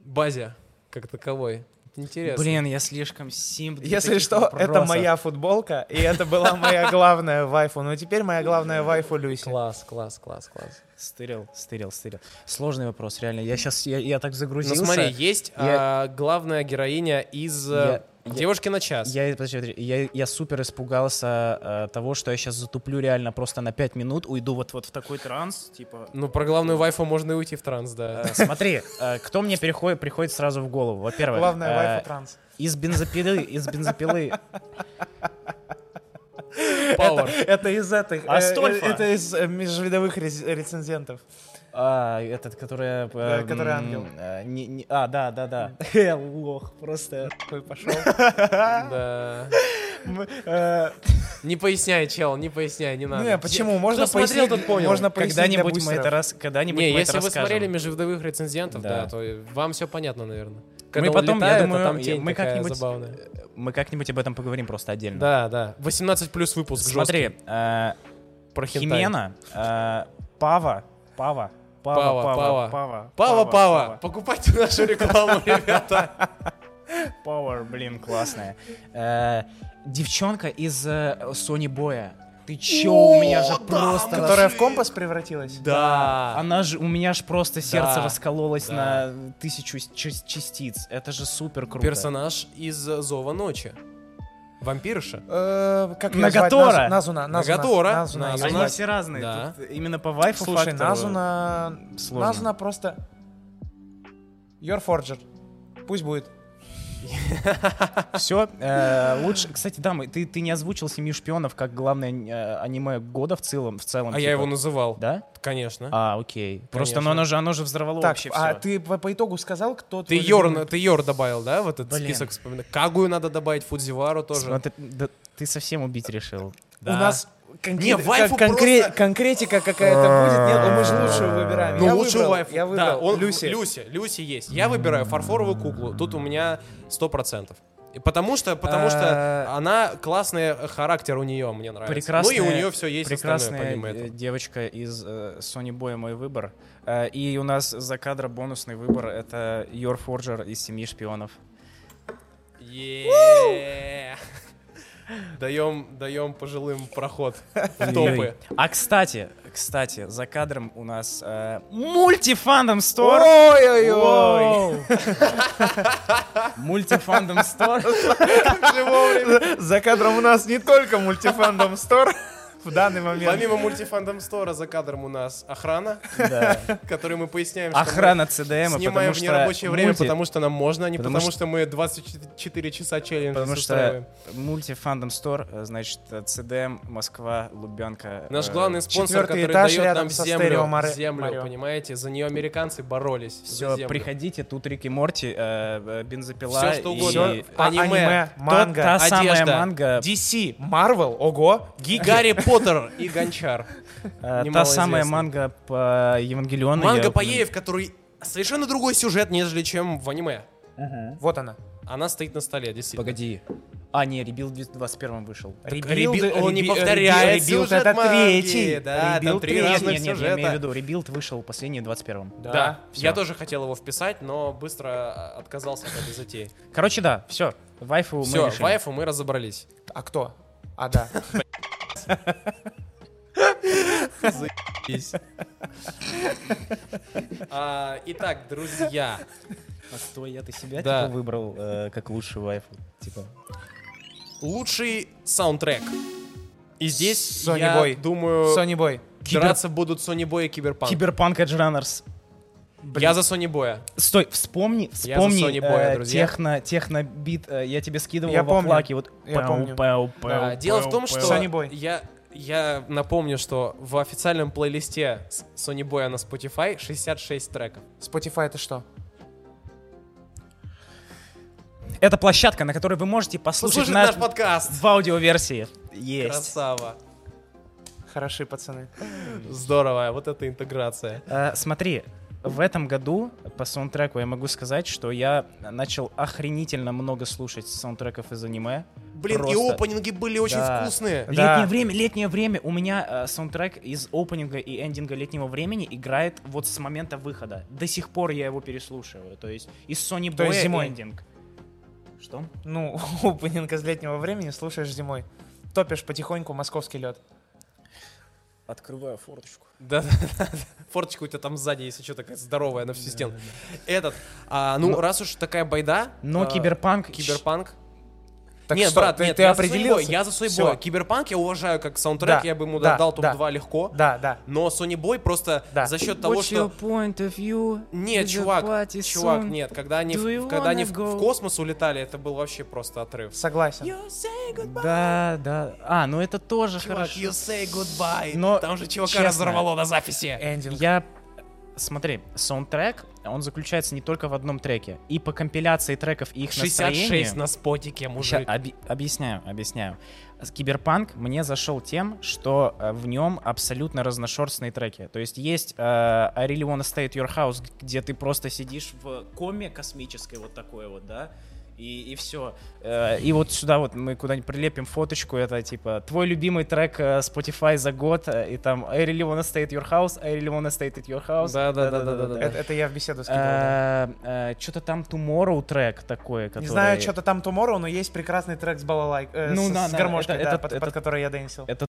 Speaker 1: базе как таковой. Интересно.
Speaker 2: Блин, я слишком сим. для
Speaker 3: Если
Speaker 2: таких
Speaker 3: что, это
Speaker 2: вопросов.
Speaker 3: моя футболка, и это была моя главная вайфу. Но теперь моя главная вайфу Люси.
Speaker 1: Класс, класс, класс, класс.
Speaker 2: Стырил, стырил, стырил. Сложный вопрос, реально. Я сейчас, я, я так
Speaker 1: Ну
Speaker 2: загрузился.
Speaker 1: смотри, есть
Speaker 2: Я-
Speaker 1: а, главная героиня из э,
Speaker 2: Я-
Speaker 1: Девушки на час.
Speaker 2: Я, подожди, подожди, я, я супер испугался э, того, что я сейчас затуплю реально просто на 5 минут, уйду вот, вот в такой транс, типа...
Speaker 1: Ну, про главную вайфу можно и уйти в транс, да.
Speaker 2: Э, Смотри, э, кто мне переходит, приходит сразу в голову? Во-первых,
Speaker 3: Главное,
Speaker 2: э,
Speaker 3: вайфа транс.
Speaker 2: из бензопилы, из бензопилы
Speaker 1: Power.
Speaker 3: Это из этих. э,
Speaker 2: Астольфа.
Speaker 3: э, Это из э, межвидовых рез- рецензентов.
Speaker 2: А, этот, который... э,
Speaker 3: Да, который
Speaker 2: м,
Speaker 3: ангел.
Speaker 2: э, не- не- а, да, да, да. Э, лох, просто
Speaker 3: Такой пошел.
Speaker 1: Да.
Speaker 2: э,
Speaker 1: Не поясняй, чел, не поясняй, не надо.
Speaker 3: Не, Ну, почему? Можно
Speaker 1: Кто смотрел,
Speaker 3: пояснить.
Speaker 1: тот понял.
Speaker 3: Можно пояснить для
Speaker 2: Когда-нибудь мы
Speaker 3: бустеров.
Speaker 2: это раз, когда-нибудь
Speaker 1: Не,
Speaker 2: мы
Speaker 1: если
Speaker 2: это
Speaker 1: вы
Speaker 2: расскажем.
Speaker 1: смотрели межвидовых рецензентов,
Speaker 2: Да.
Speaker 1: да, то вам все понятно, наверное.
Speaker 2: мы
Speaker 1: Когда
Speaker 2: потом,
Speaker 1: улетает, а
Speaker 2: я думаю,
Speaker 1: там тень
Speaker 2: мы
Speaker 1: такая
Speaker 2: как-нибудь,
Speaker 1: забавная.
Speaker 2: э, мы как-нибудь об этом поговорим просто отдельно.
Speaker 1: Да, да. 18 плюс выпуск жесткий.
Speaker 2: Смотри, э,
Speaker 1: про хентай.
Speaker 2: Химена, э, Пава, Пава,
Speaker 1: Пава,
Speaker 2: Пава, Пава,
Speaker 1: Пава.
Speaker 2: Пава,
Speaker 1: Пава, Пава, покупайте нашу рекламу, ребята.
Speaker 2: Power, блин, классная. Э, Девчонка из Сони Боя. Ты чё, у меня же просто...
Speaker 3: Которая в компас превратилась.
Speaker 1: Да.
Speaker 2: Она же, у меня же просто сердце
Speaker 1: Да,
Speaker 2: раскололось
Speaker 1: да.
Speaker 2: на тысячу ча- частиц. Это же супер круто.
Speaker 1: Персонаж из Зова ночи. Вампирша.
Speaker 3: Э, Как ее звать?
Speaker 2: Нагатора.
Speaker 3: Назу- Назуна. Назуна.
Speaker 1: Нагатора.
Speaker 3: Назуна.
Speaker 1: Назуна.
Speaker 3: её
Speaker 2: Они
Speaker 1: Зона-
Speaker 3: звать.
Speaker 2: все разные.
Speaker 1: Да.
Speaker 2: Тут именно по вайфу
Speaker 3: Слушай,
Speaker 2: фактору.
Speaker 3: Назуна...
Speaker 2: Сложно.
Speaker 3: Назуна просто... Your Forger. Пусть будет.
Speaker 2: Все. э, лучше, кстати, да, мы- ты, ты не озвучил «Семью шпионов» как главное э, аниме года в целом. В целом
Speaker 1: А я
Speaker 2: типа.
Speaker 1: его называл.
Speaker 2: Да?
Speaker 1: Конечно.
Speaker 2: А, окей. Просто
Speaker 1: Конечно.
Speaker 2: ну, оно же, оно же взорвало
Speaker 3: Так,
Speaker 2: вообще
Speaker 3: а
Speaker 2: всё.
Speaker 3: ты по по итогу сказал, кто
Speaker 1: Ты
Speaker 3: твой
Speaker 1: Йор,
Speaker 3: любимый?
Speaker 1: ты Йор добавил, да, в этот
Speaker 2: Блин.
Speaker 1: список вспоминаю. Кагую надо добавить, Фудзивару тоже.
Speaker 2: Смотри, да Ну, ты совсем убить решил.
Speaker 1: Да.
Speaker 3: У нас конкрет-
Speaker 1: Не, вайфу
Speaker 3: кон- конкре-
Speaker 1: просто-
Speaker 3: конкретика какая-то будет. Нет, ну мы же лучшую выбираем.
Speaker 1: Ну,
Speaker 3: я
Speaker 1: лучшую
Speaker 3: выбрал,
Speaker 1: вайфу.
Speaker 3: Я выбрал.
Speaker 1: Да, он,
Speaker 3: Люси.
Speaker 1: Люси. Люси, Люси есть. Я выбираю фарфоровую куклу. Тут у меня 100%. И Потому что, потому что
Speaker 2: А.
Speaker 1: она классный характер у нее, мне нравится.
Speaker 2: Прекрасная,
Speaker 1: ну и у нее все есть
Speaker 2: прекрасная
Speaker 1: остальное, помимо
Speaker 2: э,
Speaker 1: этого.
Speaker 2: девочка из э, Sony Boy мой выбор. Э, и у нас за кадра бонусный выбор это Your Forger из семьи шпионов.
Speaker 1: Е-е-е. Даем, даем пожилым проход в топы.
Speaker 2: А кстати, кстати, за кадром у нас э, мультифандом стор.
Speaker 3: Ой-ой-ой.
Speaker 2: Мультифандом стор.
Speaker 3: За кадром у нас не только мультифандом стор в данный момент.
Speaker 1: Помимо мультифандом стора за кадром у нас охрана, которой мы поясняем, что мы
Speaker 2: Охрана ЦДМ,
Speaker 1: снимаем
Speaker 2: потому
Speaker 1: в
Speaker 2: что
Speaker 1: нерабочее время,
Speaker 2: мульти-
Speaker 1: потому что нам можно, а не
Speaker 2: потому
Speaker 1: потому,
Speaker 2: что-
Speaker 1: что мы 24 часа челлендж
Speaker 2: Потому
Speaker 1: устраиваем.
Speaker 2: что мультифандом стор, э, значит, э, ЦДМ, Москва, Лубянка.
Speaker 1: Наш
Speaker 2: э,
Speaker 1: главный спонсор,
Speaker 3: четвертый
Speaker 1: который
Speaker 3: этаж
Speaker 1: дает
Speaker 3: рядом
Speaker 1: нам
Speaker 3: со
Speaker 1: землю,
Speaker 3: стерео Маре-
Speaker 1: землю,
Speaker 3: Марио.
Speaker 1: понимаете? За нее американцы боролись.
Speaker 2: Все, приходите, тут Рик и Морти, э, э, бензопила.
Speaker 1: Все, что
Speaker 2: и-
Speaker 1: угодно.
Speaker 2: и-
Speaker 1: А- аниме.
Speaker 3: манга,
Speaker 2: та самая
Speaker 1: одежда.
Speaker 2: манга,
Speaker 3: DC, Marvel, ого,
Speaker 1: И Гарри Поттер и Гончар.
Speaker 2: э, та
Speaker 1: немалоизвестный.
Speaker 2: самая манга по Евангелиону.
Speaker 1: Манга
Speaker 2: Ну, я-
Speaker 1: Паеев, который совершенно другой сюжет, нежели чем в аниме.
Speaker 3: Вот она.
Speaker 1: Она стоит на столе, действительно.
Speaker 2: Погоди. А, не, Ребил в 2021 вышел.
Speaker 3: Ребилд,
Speaker 1: Ребил- он не
Speaker 3: реби-
Speaker 1: повторяет
Speaker 3: ребилд
Speaker 1: сюжет
Speaker 3: это
Speaker 1: манги,
Speaker 3: третий.
Speaker 1: да,
Speaker 3: Ребилд
Speaker 1: там три
Speaker 3: третий.
Speaker 1: разных
Speaker 2: не, не, я
Speaker 1: сюжета.
Speaker 2: имею в виду, Ребилд вышел последний в 21
Speaker 1: Да,
Speaker 2: всё.
Speaker 1: я тоже хотел его вписать, но быстро а, отказался от этой затеи.
Speaker 2: Короче, да, все. Вайфу мы
Speaker 1: Все,
Speaker 2: решили.
Speaker 1: вайфу мы разобрались.
Speaker 3: А кто? А, да.
Speaker 1: Э. А, итак, друзья,
Speaker 2: А что, я ты себя
Speaker 1: Да.
Speaker 2: типа, выбрал э, как лучшую вайфу? Типа.
Speaker 1: лучший саундтрек. И здесь,
Speaker 3: Sony
Speaker 1: я
Speaker 3: Boy.
Speaker 1: думаю,
Speaker 3: Сони Бой.
Speaker 2: Кибер-
Speaker 1: драться будут Sony Boy и Киберпанк.
Speaker 2: Киберпанк Эджранерс.
Speaker 1: Я за Sony Boy.
Speaker 2: Стой,
Speaker 1: Я
Speaker 2: вспомни,
Speaker 1: за
Speaker 2: вспомни
Speaker 1: Sony Boy,
Speaker 2: э,
Speaker 1: друзья.
Speaker 2: техно, техно-бит, э, я тебе скидывал
Speaker 3: Я
Speaker 2: во
Speaker 3: помню,
Speaker 2: флаке, вот
Speaker 3: я
Speaker 2: пау,
Speaker 3: помню.
Speaker 2: пау, пау,
Speaker 1: Да,
Speaker 2: пау,
Speaker 1: А, дело в том, что
Speaker 3: Sony Boy.
Speaker 1: я я напомню, что в официальном плейлисте с Sony Boy на Spotify 66 треков.
Speaker 3: Spotify это что?
Speaker 2: Это площадка, на которой вы можете послушать
Speaker 1: Слушай
Speaker 2: нас
Speaker 1: наш подкаст.
Speaker 2: в аудиоверсии. Есть.
Speaker 1: Красава.
Speaker 3: Хороши пацаны.
Speaker 1: Здорово, вот это интеграция.
Speaker 2: Э, смотри, в этом году по саундтреку я могу сказать, что я начал охренительно много слушать саундтреков из аниме.
Speaker 1: Блин, и
Speaker 2: Просто.
Speaker 1: опенинги были очень
Speaker 2: Да.
Speaker 1: вкусные.
Speaker 3: Да.
Speaker 2: Летнее время, летнее время. У меня э, саундтрек из опенинга и эндинга летнего времени играет вот с момента выхода. До сих пор я его переслушиваю. То есть из Sony
Speaker 3: То
Speaker 2: Boy
Speaker 3: есть зимой?
Speaker 2: эндинг. Что?
Speaker 3: Ну, опенинг из летнего времени слушаешь зимой. Топишь потихоньку московский лед.
Speaker 2: Открываю форточку.
Speaker 1: Да, да, да. Форточка у тебя там сзади, если что, такая здоровая на всю стену. Этот. а, ну, раз уж такая байда.
Speaker 2: Но
Speaker 1: а,
Speaker 2: киберпанк,
Speaker 1: Киберпанк.
Speaker 3: Так
Speaker 1: нет,
Speaker 3: что,
Speaker 1: брат,
Speaker 3: ты-
Speaker 1: нет,
Speaker 3: ты
Speaker 1: я
Speaker 3: определился?
Speaker 1: за своего, я за своего.
Speaker 3: Всё.
Speaker 1: Киберпанк я уважаю как саундтрек,
Speaker 3: Да,
Speaker 1: я бы ему
Speaker 3: да,
Speaker 1: дал
Speaker 3: да.
Speaker 1: топ-2 легко.
Speaker 3: Да, да.
Speaker 1: Но Sony Boy просто
Speaker 3: Да.
Speaker 1: за счет того, что...
Speaker 7: point of view?
Speaker 1: Нет,
Speaker 7: is a
Speaker 1: чувак,
Speaker 7: party
Speaker 1: чувак,
Speaker 7: song?
Speaker 1: нет, когда они,
Speaker 7: Do
Speaker 1: в-
Speaker 7: you
Speaker 1: когда они
Speaker 7: wanna
Speaker 1: в,
Speaker 7: go?
Speaker 1: в космос улетали, это был вообще просто отрыв.
Speaker 3: Согласен.
Speaker 2: Да, да. А, ну это тоже
Speaker 1: Чувак,
Speaker 2: хорошо.
Speaker 1: you say goodbye.
Speaker 2: Но,
Speaker 1: Там же чувака
Speaker 2: честно,
Speaker 1: разорвало на записи.
Speaker 3: Эндинг.
Speaker 2: Я... Смотри, саундтрек, он заключается не только в одном треке. И по компиляции треков и их
Speaker 1: 66
Speaker 2: настроению-
Speaker 1: на спотике,
Speaker 2: Ща
Speaker 3: а,
Speaker 1: мужик.
Speaker 2: оби- объясняю, объясняю. С- Киберпанк мне зашел тем, что э, в нем абсолютно разношерстные треки. То есть есть э, I Really Wanna Stay at Your House, г- где ты просто сидишь в коме космической вот такой вот, да, и, и все. и вот сюда вот мы куда-нибудь прилепим фоточку, это типа твой любимый трек э, Spotify за год, э, и там I Really Wanna Stay at Your House, I Really Wanna Stay at Your House.
Speaker 1: Да-да-да-да-да-да.
Speaker 3: Это, это я в беседу скидывал.
Speaker 1: Э,
Speaker 3: да.
Speaker 2: Что-то э, там Tomorrow трек такой, который...
Speaker 3: Не знаю, что-то там Tomorrow, но есть прекрасный трек с балалайк, э,
Speaker 2: Ну,
Speaker 3: с,
Speaker 2: да,
Speaker 3: с
Speaker 2: да,
Speaker 3: гармошкой,
Speaker 2: это-
Speaker 3: да,
Speaker 2: это-
Speaker 3: под,
Speaker 2: это-
Speaker 3: под который я дэнсил.
Speaker 2: это-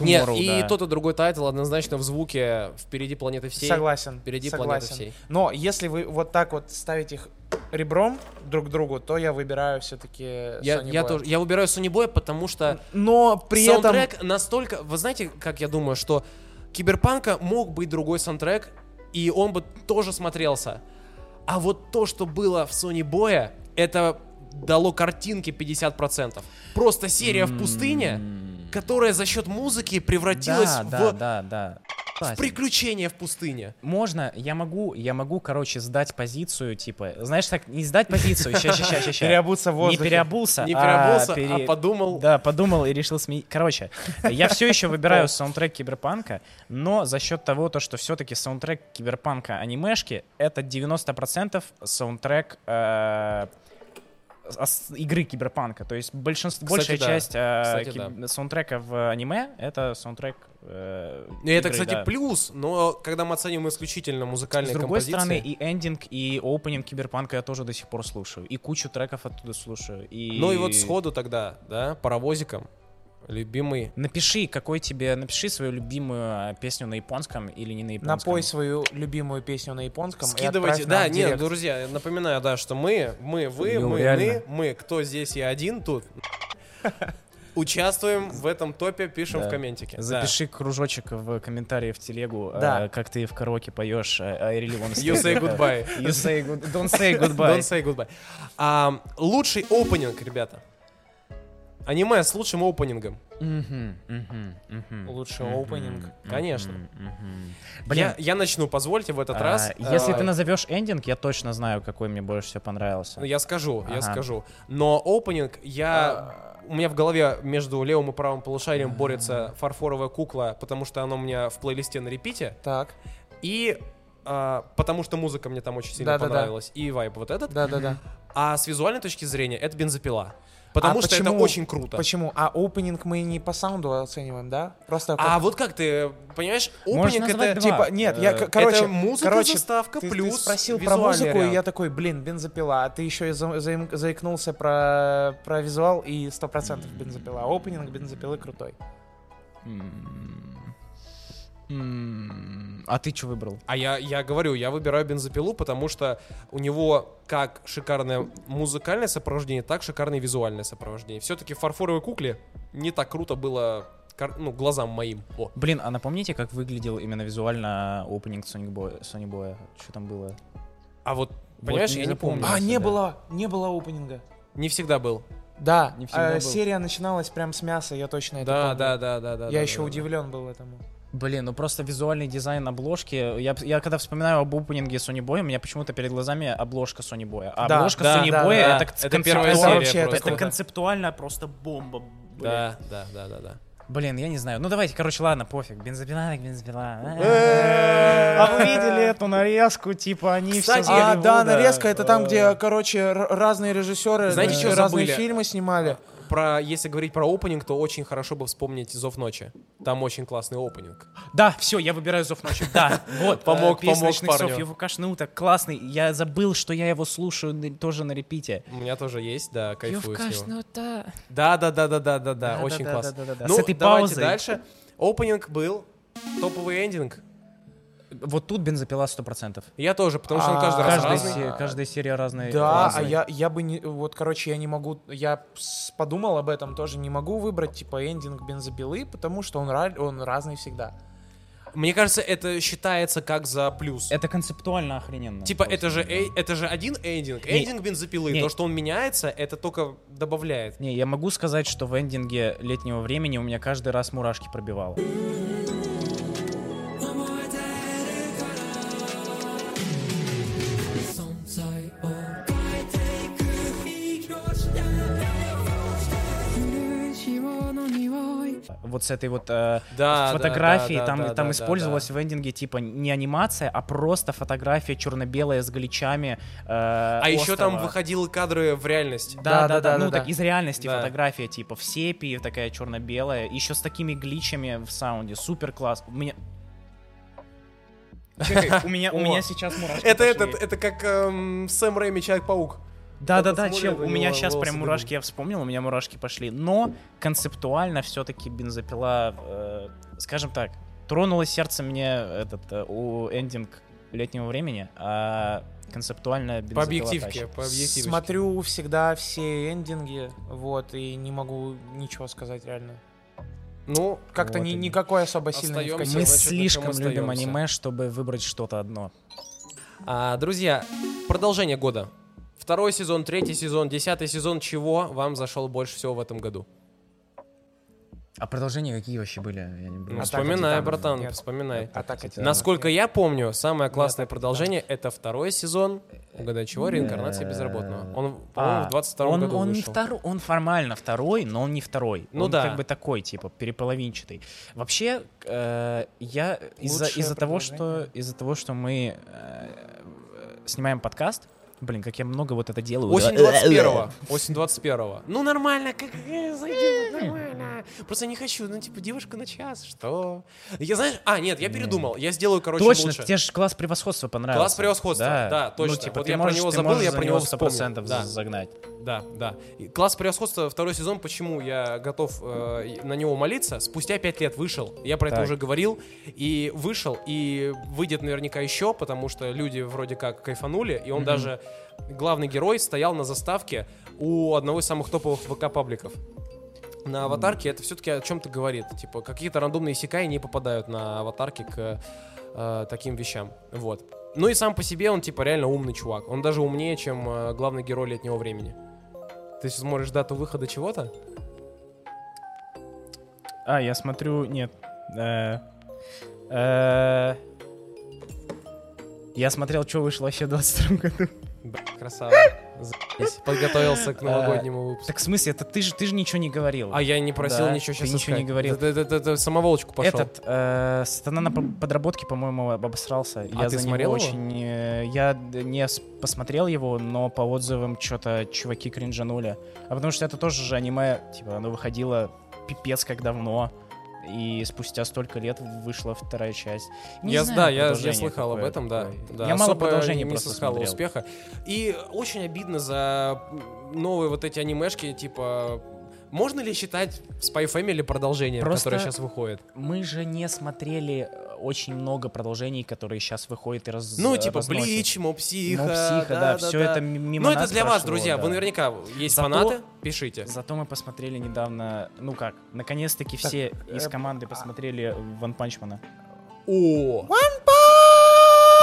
Speaker 1: Нет,
Speaker 2: Tomorrow,
Speaker 1: и
Speaker 2: да.
Speaker 1: тот и другой тайтл однозначно в звуке впереди планеты всей.
Speaker 3: Согласен.
Speaker 1: Впереди планеты
Speaker 3: согласен.
Speaker 1: всей.
Speaker 3: Но если вы вот так вот ставите их ребром друг к другу, то я выбираю все-таки
Speaker 1: Я, я, тоже, я выбираю Sony Boy, потому что
Speaker 3: Но при
Speaker 1: саундтрек
Speaker 3: этом...
Speaker 1: настолько... Вы знаете, как я думаю, что Киберпанка мог быть другой саундтрек, и он бы тоже смотрелся. А вот то, что было в Sony Боя, это дало картинке 50%. Просто серия в пустыне, которая за счет музыки превратилась
Speaker 2: Да,
Speaker 1: в
Speaker 2: да, да, да.
Speaker 1: в приключения в пустыне.
Speaker 2: Можно, я могу, я могу, короче, сдать позицию, типа, знаешь, так, не сдать позицию, ща, ща, ща, ща, ща.
Speaker 3: Переобуться в
Speaker 2: Не
Speaker 3: воздухе.
Speaker 2: переобулся,
Speaker 1: Не
Speaker 2: а
Speaker 1: переобулся, а,
Speaker 2: пере-
Speaker 1: подумал.
Speaker 2: Да, подумал и решил сменить. Короче, я все еще выбираю саундтрек Киберпанка, но за счет того, то, что все-таки саундтрек Киберпанка анимешки, это 90% саундтрек э, ос- игры Киберпанка. То есть большинство,
Speaker 1: Кстати,
Speaker 2: большая
Speaker 1: да.
Speaker 2: часть э,
Speaker 1: Кстати,
Speaker 2: киб- саундтрека в аниме — это саундтрек э,
Speaker 1: Ну, И это,
Speaker 2: игры,
Speaker 1: кстати,
Speaker 2: да.
Speaker 1: плюс, но когда мы оцениваем исключительно
Speaker 2: С
Speaker 1: музыкальные
Speaker 2: другой
Speaker 1: композиции...
Speaker 2: стороны, и эндинг, и опенинг Киберпанка я тоже до сих пор слушаю. И кучу треков оттуда слушаю. И...
Speaker 1: Ну и вот сходу тогда, да, паровозиком, любимый...
Speaker 2: Напиши, какой тебе... Напиши свою любимую э, песню на японском или не на японском.
Speaker 3: Напой свою любимую песню на японском и
Speaker 1: Скидывайте,
Speaker 3: отправь
Speaker 1: да,
Speaker 3: нам в
Speaker 1: нет, ну,
Speaker 3: директ.
Speaker 1: друзья, напоминаю, да, что мы, мы, вы,
Speaker 2: Ну,
Speaker 1: мы,
Speaker 2: реально.
Speaker 1: мы, мы, кто здесь, я один тут, участвуем в этом топе, пишем
Speaker 2: Да.
Speaker 1: в комментике. Да.
Speaker 2: Запиши кружочек в комментарии в телегу, э,
Speaker 3: Да.
Speaker 2: как ты в караоке поешь э, I really wanna stay
Speaker 1: You say
Speaker 2: there.
Speaker 1: goodbye.
Speaker 2: You say good- Don't say
Speaker 1: Don't
Speaker 2: goodbye.
Speaker 1: say goodbye. А, лучший опенинг, ребята. Аниме с лучшим опенингом.
Speaker 2: Мгм, мгм, мгм.
Speaker 3: Лучший
Speaker 2: Мгм,
Speaker 3: опенинг.
Speaker 2: мгм,
Speaker 1: Конечно.
Speaker 2: мгм.
Speaker 1: я, я начну, позвольте, в этот
Speaker 2: А,
Speaker 1: раз.
Speaker 2: Если
Speaker 1: А,
Speaker 2: ты назовешь эндинг, я точно знаю, какой мне больше всего понравился.
Speaker 1: Ну, Я скажу, я
Speaker 2: Ага.
Speaker 1: скажу. Но опенинг, я... У меня в голове между левым и правым полушарием борется фарфоровая кукла, потому что она у меня в плейлисте на репите.
Speaker 3: Так,
Speaker 1: И а, потому что музыка мне там очень сильно
Speaker 3: Да-да-да.
Speaker 1: понравилась. И вайб вот этот.
Speaker 3: да-да-да.
Speaker 1: А с визуальной точки зрения это бензопила. Потому
Speaker 3: А
Speaker 1: что это
Speaker 3: почему-
Speaker 1: очень круто.
Speaker 3: Почему? А опенинг мы не по саунду оцениваем, да? Просто как-
Speaker 1: А вот как ты, понимаешь,
Speaker 2: Можно
Speaker 1: опенинг
Speaker 2: назвать
Speaker 1: это...
Speaker 2: два.
Speaker 3: Типа, нет, я,
Speaker 2: Э,
Speaker 3: к- короче,
Speaker 1: это музыка,
Speaker 3: короче,
Speaker 1: заставка
Speaker 3: ты- ты
Speaker 1: плюс
Speaker 3: спросил про
Speaker 1: визуальный
Speaker 3: музыку,
Speaker 1: ряд.
Speaker 3: и я такой, блин, бензопила, а ты еще и за- заим- заикнулся про, про визуал и 100% бензопила. Опенинг бензопилы крутой.
Speaker 2: М. М. А ты что выбрал?
Speaker 1: А я, я говорю, я выбираю бензопилу, потому что у него как шикарное музыкальное сопровождение, так шикарное визуальное сопровождение. Все-таки в фарфоровой кукле не так круто было кар- ну, глазам моим. О.
Speaker 2: Блин, а напомните, как выглядел именно визуально а, опенинг Sonic Boy, Sony Boy? Что там было?
Speaker 1: А вот, понимаешь,
Speaker 2: не
Speaker 1: я не помню.
Speaker 2: запомнил.
Speaker 3: А,
Speaker 2: Понимаете,
Speaker 3: не
Speaker 2: да.
Speaker 3: было, не было опенинга.
Speaker 1: Не всегда был.
Speaker 3: Да,
Speaker 2: Не всегда
Speaker 3: э,
Speaker 2: был.
Speaker 3: серия начиналась прям с мяса, я точно это
Speaker 1: Да,
Speaker 3: помню.
Speaker 1: да, да, да, да.
Speaker 3: Я
Speaker 1: да,
Speaker 3: еще
Speaker 1: да, да.
Speaker 3: удивлен был этому.
Speaker 2: Блин, ну просто визуальный дизайн обложки. Я, я когда вспоминаю об опенинге Sony Boy, у меня почему-то перед глазами обложка Sony Boy. А
Speaker 3: Да,
Speaker 2: обложка
Speaker 1: да,
Speaker 2: Sony
Speaker 3: да,
Speaker 2: Boy
Speaker 1: да.
Speaker 2: это,
Speaker 1: Это
Speaker 2: концептуально-
Speaker 1: первая
Speaker 2: это
Speaker 1: серия
Speaker 2: вообще- это
Speaker 1: просто.
Speaker 2: концептуально просто бомба.
Speaker 1: Да, да, да, да, да.
Speaker 2: Блин, я не знаю. Ну давайте, короче, ладно, пофиг. Бензопила, так бензопила.
Speaker 3: Э,
Speaker 2: А вы видели эту нарезку? Типа они все
Speaker 1: Кстати,
Speaker 2: с
Speaker 3: А,
Speaker 2: Голливуда.
Speaker 3: да, нарезка, это там,
Speaker 2: Э,
Speaker 3: где, короче, р- разные режиссеры
Speaker 1: Знаете,
Speaker 3: э,
Speaker 1: чё
Speaker 3: разные
Speaker 1: забыли?
Speaker 3: фильмы снимали.
Speaker 1: про, если говорить про опенинг, то очень хорошо бы вспомнить «Зов ночи». Там очень классный опенинг.
Speaker 2: Да, все, я выбираю «Зов ночи». Да, вот.
Speaker 1: Помог-
Speaker 2: э, «Песнь
Speaker 1: помог
Speaker 2: ночных сов»,
Speaker 1: парню.
Speaker 2: Его кашнул так классный. Я забыл, что я его слушаю на- тоже на репите.
Speaker 1: У меня тоже есть, да, кайфую с него.
Speaker 2: да.
Speaker 1: Да, да, да, да, да, да, да, очень
Speaker 2: да,
Speaker 1: классно.
Speaker 2: да, да, да, да.
Speaker 1: Ну,
Speaker 2: С этой
Speaker 1: давайте
Speaker 2: паузой.
Speaker 1: дальше. Опенинг был, топовый эндинг.
Speaker 2: Вот тут бензопила 100%.
Speaker 1: Я тоже, потому
Speaker 2: А,
Speaker 1: что он каждый раз
Speaker 2: Каждая,
Speaker 1: разный.
Speaker 2: се- каждая серия разная.
Speaker 3: Да, а
Speaker 2: разная.
Speaker 3: я, я бы не... Вот, короче, я не могу... Я с- подумал об этом тоже. Не могу выбрать, типа, эндинг бензопилы, потому что он, ра- он разный всегда.
Speaker 1: Мне кажется, это считается как за плюс.
Speaker 2: Это концептуально охрененно.
Speaker 1: Типа,
Speaker 2: просто,
Speaker 1: это же,
Speaker 2: да.
Speaker 1: эй- это же один эндинг.
Speaker 2: Не.
Speaker 1: Эндинг бензопилы.
Speaker 2: Не.
Speaker 1: То, что он меняется, это только добавляет.
Speaker 2: Не, я могу сказать, что в эндинге летнего времени у меня каждый раз мурашки пробивало. Вот с этой вот э,
Speaker 1: Да, да,
Speaker 2: фотографией,
Speaker 1: да, да,
Speaker 2: там,
Speaker 1: да,
Speaker 2: там
Speaker 1: да,
Speaker 2: использовалась в эндинге типа не анимация, а просто фотография черно-белая с гличами. э,
Speaker 1: А еще там выходили кадры в реальность.
Speaker 2: Да, да, да,
Speaker 3: Да-да-да,
Speaker 2: ну
Speaker 3: да-да.
Speaker 2: так из реальности
Speaker 1: Да.
Speaker 2: фотография типа в сепии такая черно-белая, еще с такими гличами в саунде, супер класс. У меня Чекай, у меня у меня сейчас мурашки.
Speaker 1: Это
Speaker 2: пошли.
Speaker 1: этот, это как эм, Сэм Рэйми Человек-паук.
Speaker 2: Да, да, да,
Speaker 1: Посмотрел,
Speaker 2: чел,
Speaker 1: у
Speaker 2: у меня
Speaker 1: него
Speaker 2: сейчас
Speaker 1: волосы
Speaker 2: прям мурашки, я вспомнил, у меня мурашки пошли. Но концептуально все-таки бензопила, э, скажем так, тронуло сердце мне этот э, у эндинг летнего времени, а концептуально бензопила
Speaker 1: По объективке,
Speaker 2: тащит.
Speaker 1: по объективке.
Speaker 3: Смотрю всегда все эндинги, вот, и не могу ничего сказать реально.
Speaker 1: Ну,
Speaker 3: Как-то
Speaker 2: Вот
Speaker 3: ни-
Speaker 2: они.
Speaker 3: никакой особо сильной
Speaker 1: Остаёмся.
Speaker 3: вкатилки.
Speaker 2: Мы
Speaker 1: значит, на чём
Speaker 2: слишком любим
Speaker 1: остаёмся.
Speaker 2: аниме, чтобы выбрать что-то одно.
Speaker 1: а, друзья, продолжение года. Второй сезон, третий сезон, десятый сезон. Чего вам зашел больше всего в этом году?
Speaker 2: А продолжения какие вообще были? Я не
Speaker 1: Ну,
Speaker 2: помню.
Speaker 3: Атака
Speaker 1: вспоминай,
Speaker 3: титанов.
Speaker 1: братан,
Speaker 3: Нет.
Speaker 1: вспоминай.
Speaker 3: Атака Титанов.
Speaker 1: Насколько я помню, самое классное
Speaker 3: Атака
Speaker 1: продолжение это второй сезон. Угадай чего? Реинкарнация
Speaker 2: Э,
Speaker 1: безработного. Он, по-моему,
Speaker 2: А,
Speaker 1: в 22
Speaker 2: он,
Speaker 1: году
Speaker 2: он не
Speaker 1: вышел.
Speaker 2: второй, он формально второй, но он не второй.
Speaker 1: Ну
Speaker 2: он
Speaker 1: да.
Speaker 2: как бы такой, типа, переполовинчатый. Вообще, э, я из-за
Speaker 3: Лучшее
Speaker 2: из-за того, что
Speaker 3: продолжение.
Speaker 2: из-за того, что мы э, э, снимаем подкаст, блин, как я много вот это делаю.
Speaker 1: Осень
Speaker 2: Да.
Speaker 1: 21-го. Осень 21-го. Ну, нормально, как э, зайдет, нормально. Просто не хочу, ну, типа, девушка на час, что? Я, знаешь, а, нет, я передумал. Я сделаю, короче,
Speaker 2: Точно,
Speaker 1: лучше.
Speaker 2: тебе же класс превосходства понравился.
Speaker 1: Класс превосходства, да, точно.
Speaker 2: Ну, типа,
Speaker 1: Вот
Speaker 2: ты
Speaker 1: я про
Speaker 2: можешь,
Speaker 1: него
Speaker 2: ты
Speaker 1: забыл,
Speaker 2: можешь
Speaker 1: я
Speaker 2: за
Speaker 1: про
Speaker 2: него
Speaker 1: него вспомнил.
Speaker 2: 100%
Speaker 1: Да.
Speaker 2: загнать.
Speaker 1: Да, да. И класс превосходства второй сезон, почему я готов э, и- на него молиться, спустя пять лет вышел. Я про это
Speaker 2: Так.
Speaker 1: уже говорил. И вышел, и выйдет наверняка еще, потому что люди вроде как кайфанули. И он даже, главный герой, стоял на заставке у одного из самых топовых ВК-пабликов. На аватарке это все-таки о чем-то говорит. Типа, какие-то рандомные секаи не попадают на аватарке к э, таким вещам. Вот. Ну и сам по себе он, типа, реально умный чувак. Он даже умнее, чем э, главный герой летнего времени. Ты сейчас смотришь дату выхода чего-то?
Speaker 2: А, я смотрю, нет. Э, э, Я смотрел, что вышло вообще в 22 году.
Speaker 1: Б, красава. Заебись. Подготовился к новогоднему выпуску.
Speaker 2: Так в смысле, это ты же ты же ничего не говорил.
Speaker 1: А я не просил
Speaker 2: Э, Да,
Speaker 1: ничего
Speaker 2: ты
Speaker 1: сейчас
Speaker 2: ничего не говорил.
Speaker 1: Это, это, это самоволочку пошел.
Speaker 2: Этот э, сатана на по- подработке, по-моему, об- обосрался. я
Speaker 1: А ты
Speaker 2: за него
Speaker 1: смотрел его?
Speaker 2: очень. э, я д- не с- посмотрел его, но по отзывам что-то чуваки кринжанули. А потому что это тоже же аниме, типа, оно выходило пипец как давно. И спустя столько лет вышла вторая часть. Не
Speaker 1: я,
Speaker 2: знаю,
Speaker 1: да, я, я
Speaker 2: продолжение
Speaker 1: слыхал об
Speaker 2: какое
Speaker 1: этом, да.
Speaker 2: такое.
Speaker 1: да.
Speaker 2: Я мало
Speaker 1: Особо
Speaker 2: продолжений
Speaker 1: не
Speaker 2: просто
Speaker 1: сыскал
Speaker 2: смотрел.
Speaker 1: успеха. И очень обидно за новые вот эти анимешки, типа... Можно ли считать Spy Family продолжение,
Speaker 2: Просто-
Speaker 1: которое сейчас выходит?
Speaker 2: Мы же не смотрели э, очень много продолжений, которые сейчас выходят и раз.
Speaker 1: Ну, типа
Speaker 2: разносят.
Speaker 1: Блич, Моб Психа.
Speaker 2: Моб Психа, Ну, да, всё это м- мимо
Speaker 1: Ну, это
Speaker 2: нас
Speaker 1: для вас,
Speaker 2: прошло,
Speaker 1: друзья.
Speaker 2: да.
Speaker 1: Вы наверняка есть
Speaker 2: Зато-
Speaker 1: фанаты, пишите.
Speaker 2: Зато мы посмотрели недавно, ну как, наконец-таки все из команды посмотрели Ван Панчмана.
Speaker 1: О!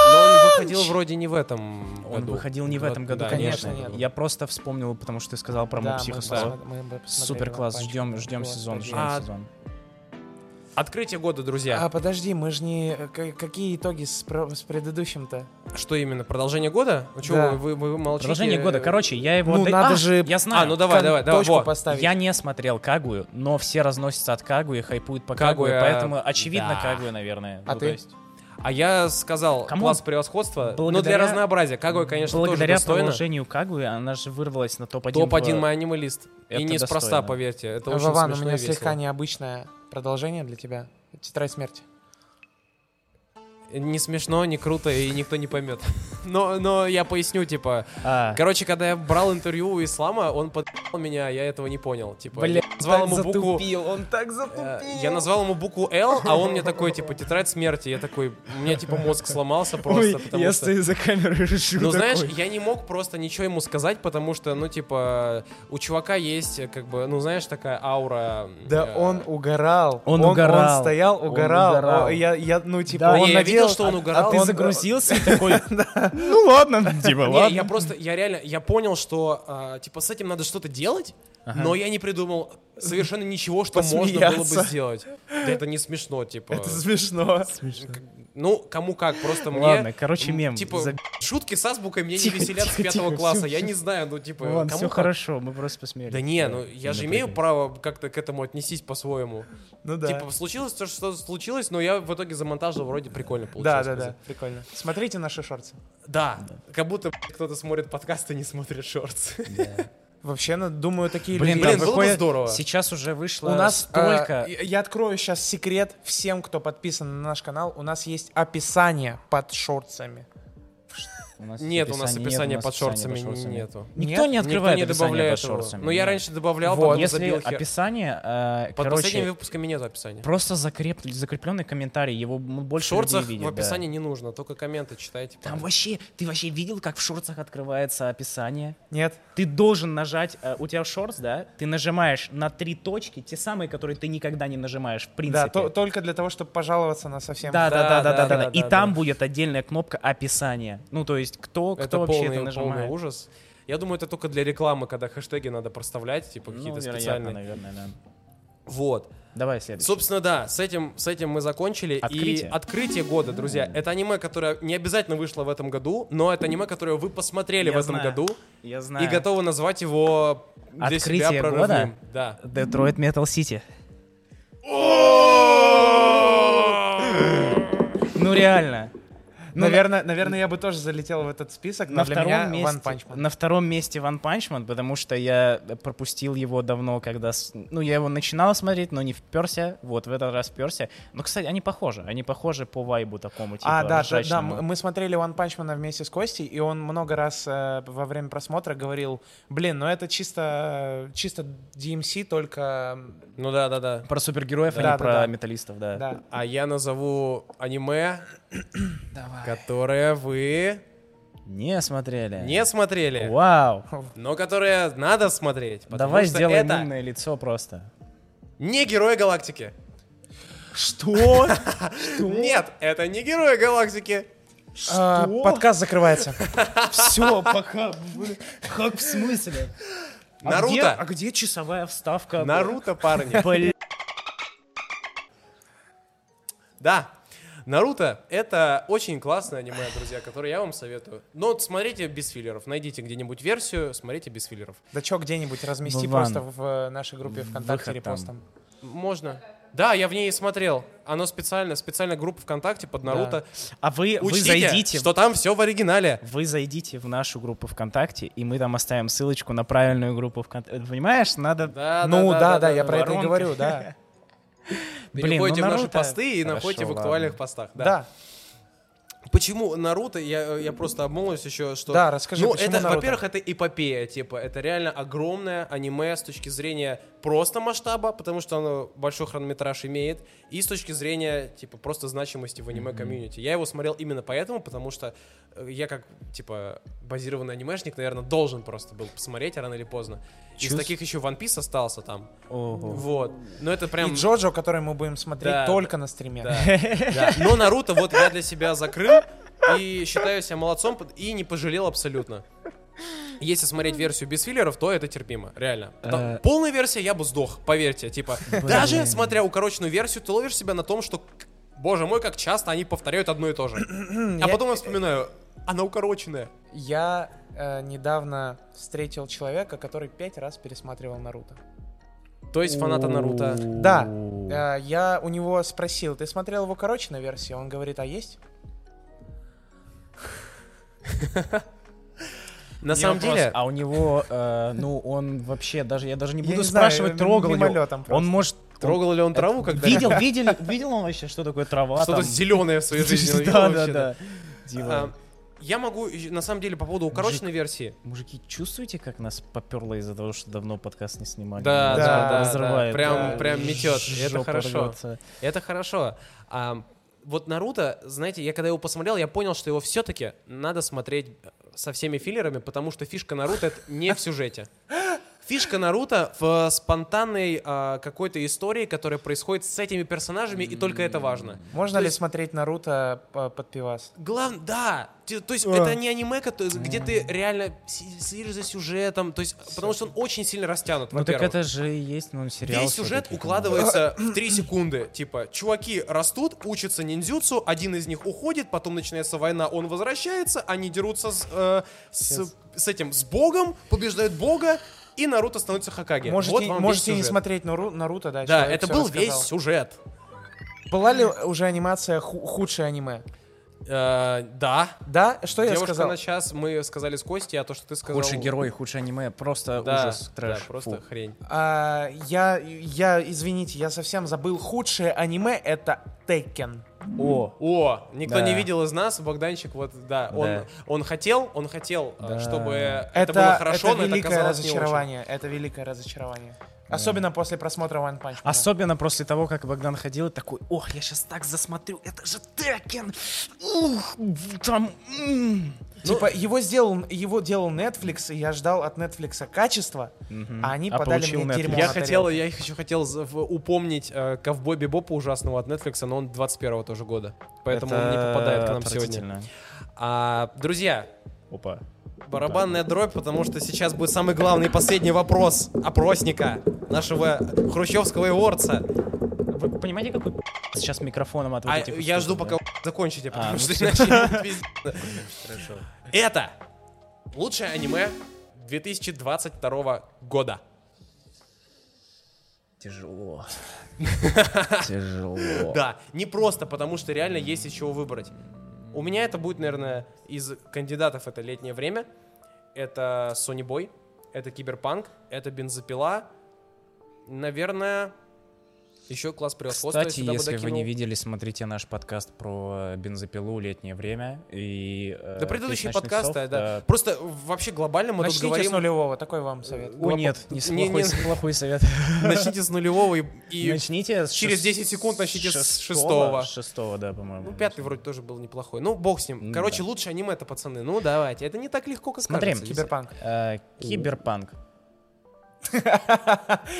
Speaker 1: Но он выходил вроде не в этом
Speaker 2: Он
Speaker 1: году.
Speaker 2: выходил не в этом году,
Speaker 1: да,
Speaker 2: конечно.
Speaker 1: нет.
Speaker 3: нет.
Speaker 2: Я просто вспомнил, потому что ты сказал про
Speaker 3: Да,
Speaker 2: да,
Speaker 3: мы
Speaker 1: да.
Speaker 3: посмо- мы бы посмотрели
Speaker 2: Супер класс,
Speaker 3: «Лампочку».
Speaker 2: ждем, ждем
Speaker 3: Господи.
Speaker 2: сезон, ждем
Speaker 1: А,
Speaker 2: сезон.
Speaker 1: Открытие года,
Speaker 3: А
Speaker 1: друзья.
Speaker 3: подожди, мы же не... к- Какие итоги с, про- с предыдущим-то?
Speaker 1: Что именно? Продолжение года? Ну, чего
Speaker 3: Да.
Speaker 1: вы, вы- вы молчите?
Speaker 2: А Продолжение года, короче, я его...
Speaker 3: Ну,
Speaker 2: отда-
Speaker 3: надо
Speaker 2: А,
Speaker 3: же-
Speaker 2: Я знаю.
Speaker 1: э, А, ну давай,
Speaker 3: Кон-
Speaker 1: давай, давай.
Speaker 3: Точку
Speaker 1: во.
Speaker 3: поставить.
Speaker 2: Я не смотрел Кагую, но все разносятся от Кагуи, хайпуют по
Speaker 1: Кагуя,
Speaker 2: Кагуе, поэтому очевидно
Speaker 1: а, да.
Speaker 2: Кагуя, наверное.
Speaker 3: А
Speaker 2: Ну,
Speaker 3: ты?
Speaker 2: то есть-
Speaker 1: А я сказал,
Speaker 2: Камон.
Speaker 1: класс превосходства, но для
Speaker 2: Благодаря-
Speaker 1: разнообразия. Кагуя, конечно,
Speaker 2: Благодаря
Speaker 1: тоже достойно.
Speaker 2: продолжению Кагуи она же вырвалась на топ-1.
Speaker 1: Топ-1
Speaker 2: в-
Speaker 1: мой анималист. И
Speaker 2: Это
Speaker 1: неспроста,
Speaker 2: достойно. ну,
Speaker 1: поверьте. Это очень
Speaker 3: Вован, у
Speaker 1: смешно и
Speaker 3: меня
Speaker 1: весело.
Speaker 3: слегка необычное продолжение для тебя. Тетрадь смерти.
Speaker 1: Не смешно, не круто, и никто не поймет. Но, но я поясню, типа...
Speaker 2: А,
Speaker 1: Короче, когда я брал интервью у Ислама, он подпал меня, я этого не понял. Типа,
Speaker 3: Бля,
Speaker 1: я назвал ему букву...
Speaker 3: он так
Speaker 1: э, Я назвал ему букву Л, а он мне такой, типа, тетрадь смерти. Я такой, у меня, типа, мозг сломался просто, потому что...
Speaker 2: за камерой решу
Speaker 1: Ну, знаешь, я не мог просто ничего ему сказать, потому что, ну, типа, у чувака есть, э, как бы, ну, знаешь, такая аура...
Speaker 3: Да
Speaker 1: э,
Speaker 3: он угорал.
Speaker 2: Он угорал.
Speaker 3: Он стоял,
Speaker 2: Он
Speaker 3: угорал.
Speaker 2: угорал.
Speaker 3: О, я, я, ну, типа,
Speaker 2: Да,
Speaker 3: он
Speaker 1: не, я
Speaker 3: надел-
Speaker 1: видел, что он
Speaker 3: а-
Speaker 1: угорал.
Speaker 2: ты
Speaker 3: А ты типа.
Speaker 1: он-
Speaker 3: загрузил?
Speaker 2: загрузился и такой, ну ладно, типа,
Speaker 1: Не, я
Speaker 2: ладно.
Speaker 1: просто, я реально, я понял, что, а, типа, с этим надо что-то делать, но я не придумал совершенно ничего, что можно было
Speaker 3: Посмеяться.
Speaker 1: бы сделать. Да это не смешно, типа.
Speaker 3: Это смешно.
Speaker 1: Ну, кому как, просто мне...
Speaker 2: Ладно, короче,
Speaker 1: м,
Speaker 2: мем.
Speaker 1: Типа,
Speaker 2: заб-
Speaker 1: шутки с азбукой меня
Speaker 2: Тихо,
Speaker 1: не веселят
Speaker 2: тихо,
Speaker 1: с пятого
Speaker 2: тихо,
Speaker 1: класса,
Speaker 2: всё,
Speaker 1: я
Speaker 2: всё.
Speaker 1: не знаю, ну, типа,
Speaker 2: Вован,
Speaker 1: кому
Speaker 2: все
Speaker 1: как.
Speaker 2: хорошо, мы просто посмеялись.
Speaker 1: Да не, ну я же имею
Speaker 2: напрягай.
Speaker 1: право как-то к этому отнестись по-своему.
Speaker 3: Ну да.
Speaker 1: Типа, случилось то, что случилось, но я в итоге замонтажил вроде прикольно
Speaker 3: Да,
Speaker 1: получилось.
Speaker 3: да, да. Прикольно. Смотрите наши шорты.
Speaker 1: Да, как будто блядь, кто-то смотрит подкасты и не смотрит шорты.
Speaker 3: Вообще, ну, думаю, такие
Speaker 2: Блин,
Speaker 3: люди.
Speaker 2: да,
Speaker 1: Блин, было бы
Speaker 2: выходит,
Speaker 1: здорово.
Speaker 2: Сейчас уже вышло
Speaker 3: У нас
Speaker 2: столько...
Speaker 3: а, я- я открою сейчас секрет всем, кто подписан на наш канал. У нас есть описание под шорцами.
Speaker 2: У нас
Speaker 1: Нет, у нас описания
Speaker 2: описания- нет, у нас
Speaker 1: под
Speaker 2: описания
Speaker 1: шорцами
Speaker 2: под шорцами.
Speaker 1: нету.
Speaker 2: Никто не открывает
Speaker 1: Никто не
Speaker 2: описание под
Speaker 1: добавляет его.
Speaker 2: шорцами.
Speaker 1: Ну, я раньше добавлял,
Speaker 3: Вот.
Speaker 1: потом
Speaker 2: Если
Speaker 1: забил хер.
Speaker 2: описание, э,
Speaker 1: Под последними
Speaker 2: короче,
Speaker 1: выпусками нету описания.
Speaker 2: просто закреп... закрепленный комментарий, его м-
Speaker 1: В
Speaker 2: больше людей
Speaker 1: шорцах в
Speaker 2: видит. да.
Speaker 1: описании не нужно, только комменты читайте.
Speaker 2: Там вообще, ты вообще видел, как в шорцах открывается описание?
Speaker 3: Нет?
Speaker 2: Ты должен нажать, э, у тебя шорс, да? Ты нажимаешь на три точки, те самые, которые ты никогда не нажимаешь, в принципе.
Speaker 3: Да, то- только для того, чтобы пожаловаться на совсем.
Speaker 2: Да, да, да, да, да, да, да. И
Speaker 1: да,
Speaker 2: там
Speaker 1: да.
Speaker 2: будет отдельная кнопка описания. Ну, то есть, кто, кто
Speaker 1: Это
Speaker 2: вообще
Speaker 1: полный
Speaker 2: это
Speaker 1: полный
Speaker 2: нажимает. Ну,
Speaker 1: ужас. Я думаю, это только для рекламы, когда хэштеги надо проставлять, типа
Speaker 2: Ну,
Speaker 1: какие-то
Speaker 2: вероятно,
Speaker 1: специальные.
Speaker 2: наверное, да.
Speaker 1: Вот.
Speaker 2: Давай следующий.
Speaker 1: Собственно, да, с этим, с этим мы закончили.
Speaker 2: Открытие.
Speaker 1: И открытие года, друзья. Это аниме, которое не обязательно вышло в этом году, но это аниме, которое вы посмотрели
Speaker 2: Я
Speaker 1: в этом
Speaker 2: знаю.
Speaker 1: году
Speaker 2: Я знаю.
Speaker 1: и готовы назвать его для
Speaker 2: Открытие
Speaker 1: себя
Speaker 2: года?
Speaker 1: прорывным. Да.
Speaker 2: Детройт Метал Сити. Ну реально. Ну,
Speaker 3: Наверное, наверное, я бы тоже залетел в этот список, но
Speaker 2: на
Speaker 3: Ну, для меня
Speaker 2: втором,
Speaker 3: One
Speaker 2: месте,
Speaker 3: Punch Man.
Speaker 2: на втором месте One Punch Man, потому что я пропустил его давно, когда... с- Ну, я его начинал смотреть, но не вперся. Вот, в этот раз вперся. Но, кстати, они похожи. Они похожи по вайбу такому, типа,
Speaker 3: а, да, да, да,
Speaker 2: ржачному.
Speaker 3: мы мы смотрели One Punch Man вместе с Костей, и он много раз э, во время просмотра говорил, блин, ну это чисто, чисто DMC, только...
Speaker 1: Ну да, да, да.
Speaker 2: Про супергероев, а
Speaker 3: Да,
Speaker 2: не
Speaker 3: да,
Speaker 2: про
Speaker 3: да.
Speaker 2: металлистов, да.
Speaker 3: Да.
Speaker 1: А я назову аниме, которое вы
Speaker 2: Не смотрели.
Speaker 1: не смотрели,
Speaker 2: Вау.
Speaker 1: но которое надо смотреть. потому
Speaker 2: Давай
Speaker 1: что
Speaker 2: сделаем
Speaker 1: это
Speaker 2: умное лицо просто.
Speaker 1: не Герои Галактики.
Speaker 2: Что?
Speaker 1: Нет, это не Герои Галактики.
Speaker 3: А, подкаст закрывается.
Speaker 2: Все, пока. Как в смысле?
Speaker 1: Наруто.
Speaker 2: где- А где часовая вставка?
Speaker 1: Наруто, парни.
Speaker 2: Блин.
Speaker 1: Да. Наруто — это очень классное аниме, друзья, которое я вам советую. Но вот смотрите без филлеров. Найдите где-нибудь версию, смотрите без филлеров.
Speaker 3: Да чё, где-нибудь размести
Speaker 2: Вован.
Speaker 3: просто в э, нашей группе ВКонтакте
Speaker 2: Ну, Выход
Speaker 3: репостом.
Speaker 1: Можно. Да, я в ней и смотрел. Оно специально, специально группа ВКонтакте под Наруто.
Speaker 2: А вы, вы
Speaker 1: Учтите,
Speaker 2: зайдите.
Speaker 1: что там все в оригинале.
Speaker 2: Вы зайдите в нашу группу ВКонтакте, и мы там оставим ссылочку на правильную группу ВКонтакте. Понимаешь, надо...
Speaker 1: Да,
Speaker 3: ну да, да, я про это и
Speaker 2: воронка.
Speaker 3: говорю, да.
Speaker 2: Блин, ну
Speaker 1: Переходите в наши
Speaker 2: Наруто-
Speaker 1: посты и
Speaker 2: Хорошо,
Speaker 1: находите в
Speaker 2: ладно.
Speaker 1: актуальных постах. Да.
Speaker 3: Да.
Speaker 1: Почему Наруто? Я, я просто обмолвлюсь еще, что...
Speaker 3: Да, расскажи,
Speaker 1: Ну,
Speaker 3: почему
Speaker 1: это,
Speaker 3: Наруто?
Speaker 1: во-первых, это эпопея, типа, это реально огромное аниме с точки зрения просто масштаба, потому что оно большой хронометраж имеет, и с точки зрения, типа, просто значимости в аниме-комьюнити. Я его смотрел именно поэтому, потому что э, я как, типа, базированный анимешник, наверное, должен просто был посмотреть рано или поздно. Из
Speaker 2: Чувств-
Speaker 1: таких еще One Piece остался там.
Speaker 2: Ого.
Speaker 1: Вот. Но это
Speaker 3: И
Speaker 1: прям...
Speaker 3: Джоджо, который мы будем смотреть
Speaker 1: Да.
Speaker 3: только на стриме.
Speaker 1: Да, да. Но Наруто вот я для себя закрыл и считаю себя молодцом под- и не пожалел абсолютно. Если смотреть версию без филлеров, то это терпимо, реально. Потому-
Speaker 2: Э.
Speaker 1: Полная версия, я бы сдох, поверьте. Типа, даже смотря укороченную версию, ты ловишь себя на том, что, к- боже мой, как часто они повторяют одно и то же. А
Speaker 3: Я-
Speaker 1: потом я вспоминаю, она укороченная.
Speaker 3: Я э, недавно встретил человека, который пять раз пересматривал Наруто.
Speaker 1: То есть фаната Наруто.
Speaker 3: Да. Э, я у него спросил, ты смотрел в укороченной версии? Он говорит, а есть?
Speaker 1: На
Speaker 2: Мне
Speaker 1: самом
Speaker 2: вопрос,
Speaker 1: деле,
Speaker 2: А у него, э, ну, он вообще даже, я даже не
Speaker 3: Я
Speaker 2: буду
Speaker 3: не знаю,
Speaker 2: спрашивать,
Speaker 3: м-
Speaker 2: трогал его.
Speaker 3: мимолетом
Speaker 2: Он
Speaker 3: просто.
Speaker 2: может... он-
Speaker 1: трогал ли он траву,
Speaker 2: это-
Speaker 1: когда
Speaker 2: Видел, видел, видел он вообще, что такое трава
Speaker 1: что-то
Speaker 2: там?
Speaker 1: зеленое в своей жизни? он видел
Speaker 2: Да, да,
Speaker 1: вообще, да?
Speaker 2: да. Диво.
Speaker 1: А, Я могу, и- на самом деле, по поводу укороченной версии.
Speaker 2: Мужики, чувствуете, как нас поперло из-за того, что давно подкаст не снимали?
Speaker 1: Да,
Speaker 2: Нас
Speaker 3: да, да,
Speaker 2: разрывает.
Speaker 1: да. Прям-
Speaker 2: да.
Speaker 1: прям метет. Это
Speaker 2: Жопа
Speaker 1: хорошо.
Speaker 2: рвется.
Speaker 1: Это хорошо. А, вот Наруто, знаете, я когда его посмотрел, я понял, что его все-таки надо смотреть э, со всеми филлерами, потому что фишка Наруто это не в сюжете. Фишка Наруто в спонтанной а, какой-то истории, которая происходит с этими персонажами, и только это важно.
Speaker 3: Можно ли смотреть Наруто э, под пивас?
Speaker 1: Главное, да, Ты- то есть это не аниме, кото- где ты реально си- следишь за сюжетом, то есть потому что он очень сильно растянут.
Speaker 2: Ну так
Speaker 1: во-первых.
Speaker 2: это же и есть, ну, сериал.
Speaker 1: Весь сюжет
Speaker 2: всё-таки.
Speaker 1: укладывается в 3 секунды. Типа, чуваки растут, учатся ниндзюцу, один из них уходит, потом начинается война, он возвращается, они дерутся с, э, с, с этим, с богом, побеждают бога, и Наруто становится Хакаги.
Speaker 3: Можете,
Speaker 1: Вот вам весь
Speaker 3: можете не
Speaker 1: сюжет.
Speaker 3: смотреть Нару- Наруто,
Speaker 1: Да,
Speaker 3: да? человек
Speaker 1: это
Speaker 3: всё
Speaker 1: был
Speaker 3: рассказал.
Speaker 1: весь сюжет.
Speaker 3: Была ли уже анимация ху- худшее аниме?
Speaker 1: Э, да.
Speaker 3: Да? Что я
Speaker 1: Девушка
Speaker 3: сказал?
Speaker 1: на час, мы сказали с Костей, а то, что ты сказал...
Speaker 2: Худший герой, худший аниме, просто
Speaker 1: Да,
Speaker 2: ужас, трэш.
Speaker 1: да, просто
Speaker 2: фу.
Speaker 1: хрень.
Speaker 3: А, я, я, извините, я совсем забыл. Худшее аниме это Теккен.
Speaker 2: О,
Speaker 1: О, никто
Speaker 2: Да.
Speaker 1: не видел из нас, Богданчик, вот, да, он,
Speaker 2: Да.
Speaker 1: он хотел, он хотел, э,
Speaker 2: Да.
Speaker 1: чтобы это,
Speaker 3: Это,
Speaker 1: было хорошо,
Speaker 3: это
Speaker 1: но это
Speaker 3: великое
Speaker 1: оказалось не очень.
Speaker 3: разочарование. Это великое разочарование. Особенно после просмотра One Punch Man.
Speaker 2: Особенно после того, как Богдан ходил и такой, ох, я сейчас так засмотрю, это же Текен! Ух, в- там... м».
Speaker 3: Типа
Speaker 1: Ну,
Speaker 3: его сделал, его делал Netflix, и я ждал от Netflix качества, а они
Speaker 2: А
Speaker 3: подали
Speaker 2: получил
Speaker 3: мне
Speaker 2: Netflix.
Speaker 3: дерьмо.
Speaker 1: Я
Speaker 3: на
Speaker 1: хотел,
Speaker 3: тарелку.
Speaker 1: я еще хотел за- в- упомнить э, ковбой Бибопа ужасного от Netflix, но он 21 тоже года. Поэтому он не
Speaker 2: Это
Speaker 1: попадает к нам сегодня.
Speaker 2: отвратительно.
Speaker 1: А, друзья,
Speaker 2: Опа.
Speaker 1: барабанная дробь, потому что сейчас будет самый главный и последний вопрос опросника нашего хрущевского иорца.
Speaker 2: Вы понимаете, какой пи***ц сейчас микрофоном от вот
Speaker 1: А
Speaker 2: этих вот
Speaker 1: я жду,
Speaker 2: штук, да?
Speaker 1: пока вы закончите, потому
Speaker 2: ну
Speaker 1: что
Speaker 2: всё.
Speaker 1: иначе будет пиздец. Это лучшее аниме 2022 года.
Speaker 2: Тяжело. Тяжело.
Speaker 1: Да, не просто, потому что реально есть из чего выбрать. У меня это будет, наверное, из кандидатов это летнее время. Это Sony Boy, это Киберпанк, это Бензопила. Наверное, еще класс превосходства. я
Speaker 2: Кстати,
Speaker 1: сюда бы
Speaker 2: если вы
Speaker 1: докинул.
Speaker 2: не видели, смотрите наш подкаст про э, бензопилу «Летнее время». И, э,
Speaker 1: Да предыдущие
Speaker 2: «Песнь ночных
Speaker 1: подкасты,
Speaker 2: сов»,
Speaker 1: да. Просто вообще глобально мы
Speaker 3: Начните
Speaker 1: тут
Speaker 3: с
Speaker 1: говорим...
Speaker 3: нулевого, такой вам совет.
Speaker 2: О, нет, не, с-
Speaker 1: Не- не-
Speaker 2: плохой, с- плохой совет.
Speaker 1: Начните с нулевого и... и-
Speaker 2: Начните с
Speaker 1: через
Speaker 2: шес-
Speaker 1: 10 секунд начните с шестого.
Speaker 2: С шестого, да, по-моему.
Speaker 1: Ну, пятый вроде тоже был неплохой. Ну, бог с ним.
Speaker 2: М,
Speaker 1: Короче,
Speaker 2: да.
Speaker 1: лучше аниме это, пацаны. Ну, давайте. Это не так легко, как
Speaker 2: Смотри,
Speaker 1: кажется.
Speaker 3: Киберпанк.
Speaker 2: Э, Киберпанк.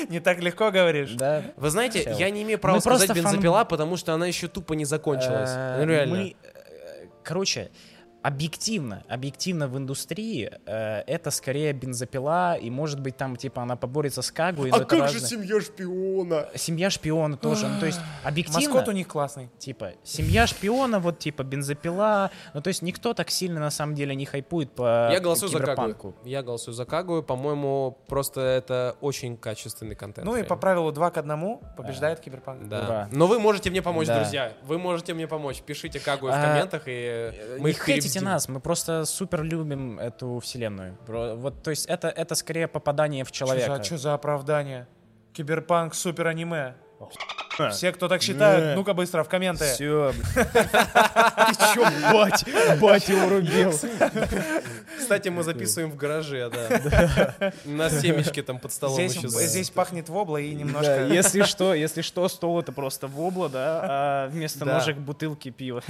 Speaker 3: Не так легко говоришь.
Speaker 2: Да.
Speaker 1: Вы знаете,
Speaker 2: Всё.
Speaker 1: я не имею права
Speaker 2: Мы
Speaker 1: сказать
Speaker 2: просто фан-
Speaker 1: бензопила, потому что она еще тупо не закончилась.
Speaker 2: Э,
Speaker 1: Ну, реально.
Speaker 2: мы, э, Короче, объективно, объективно в индустрии э, это скорее бензопила, и может быть там типа она поборется с
Speaker 1: А
Speaker 2: Кагуей, но это разное.
Speaker 1: семья шпиона?
Speaker 2: Семья шпиона тоже. Ну, то есть объективно,
Speaker 3: Маскот у них классный.
Speaker 2: типа, семья шпиона, вот типа бензопила. Ну, то есть никто так сильно на самом деле не хайпует по
Speaker 1: Я голосую за
Speaker 2: э, киберпанку.
Speaker 1: Кагую. Я голосую за Кагую. По-моему, просто это очень качественный контент.
Speaker 3: Ну и
Speaker 1: реально.
Speaker 3: по правилу 2 к 1 побеждает Киберпанк.
Speaker 1: Да.
Speaker 2: Ура.
Speaker 1: Но вы можете мне помочь,
Speaker 2: Да.
Speaker 1: друзья. Вы можете мне помочь. Пишите Кагую в
Speaker 2: А,
Speaker 1: комментах, и э, мы
Speaker 2: не
Speaker 1: их
Speaker 2: хейтите
Speaker 1: перебдим.
Speaker 2: нас, мы просто супер любим эту вселенную. Про- Вот, то есть это, это скорее попадание в человека.
Speaker 3: Что за оправдание? Киберпанк супер аниме.
Speaker 2: хуйня.
Speaker 3: Все, кто так считают, ну-ка быстро в комменты.
Speaker 2: Все. Ты чё, бать? Бать его рубил.
Speaker 1: Кстати, мы записываем в гараже, да. На семечке там под столом
Speaker 3: Здесь,
Speaker 1: еще.
Speaker 3: здесь пахнет вобла и
Speaker 2: Да,
Speaker 3: немножко...
Speaker 2: Э, если что, если что, стол это просто вобла, да, а вместо
Speaker 1: Да.
Speaker 2: ножек бутылки пива.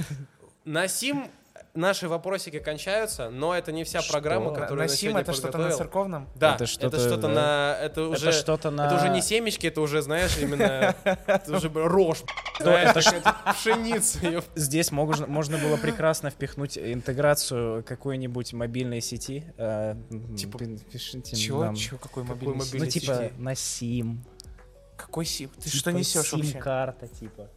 Speaker 1: На сим наши вопросики кончаются, но это не вся
Speaker 2: Что?
Speaker 1: программа,
Speaker 3: На-
Speaker 1: которую я
Speaker 3: на
Speaker 1: на
Speaker 3: сим
Speaker 1: сегодня
Speaker 3: это что-то на
Speaker 1: подготовил.
Speaker 3: церковном?
Speaker 1: Да, это
Speaker 2: Это
Speaker 1: что-то,
Speaker 2: что-то, да.
Speaker 1: на... Это уже, это
Speaker 2: что-то на-
Speaker 1: уже не семечки, это уже, знаешь, именно... Это уже рожь,
Speaker 3: Ну,
Speaker 1: знаешь, типа,
Speaker 2: Это ж-
Speaker 1: какая-то пшеница. её.
Speaker 2: Здесь можно, можно было прекрасно впихнуть интеграцию какой-нибудь мобильной сети. э, м,
Speaker 1: Типа,
Speaker 2: пи- пишите
Speaker 3: Чего?
Speaker 2: нам.
Speaker 3: Чего? Какой
Speaker 1: Какой
Speaker 3: мобильный?
Speaker 2: Ну,
Speaker 1: мобильный?
Speaker 3: сеть?
Speaker 2: типа, на сим.
Speaker 3: Какой сим? Ты
Speaker 2: типа,
Speaker 3: что несешь вообще?
Speaker 2: Сим-карта, типа.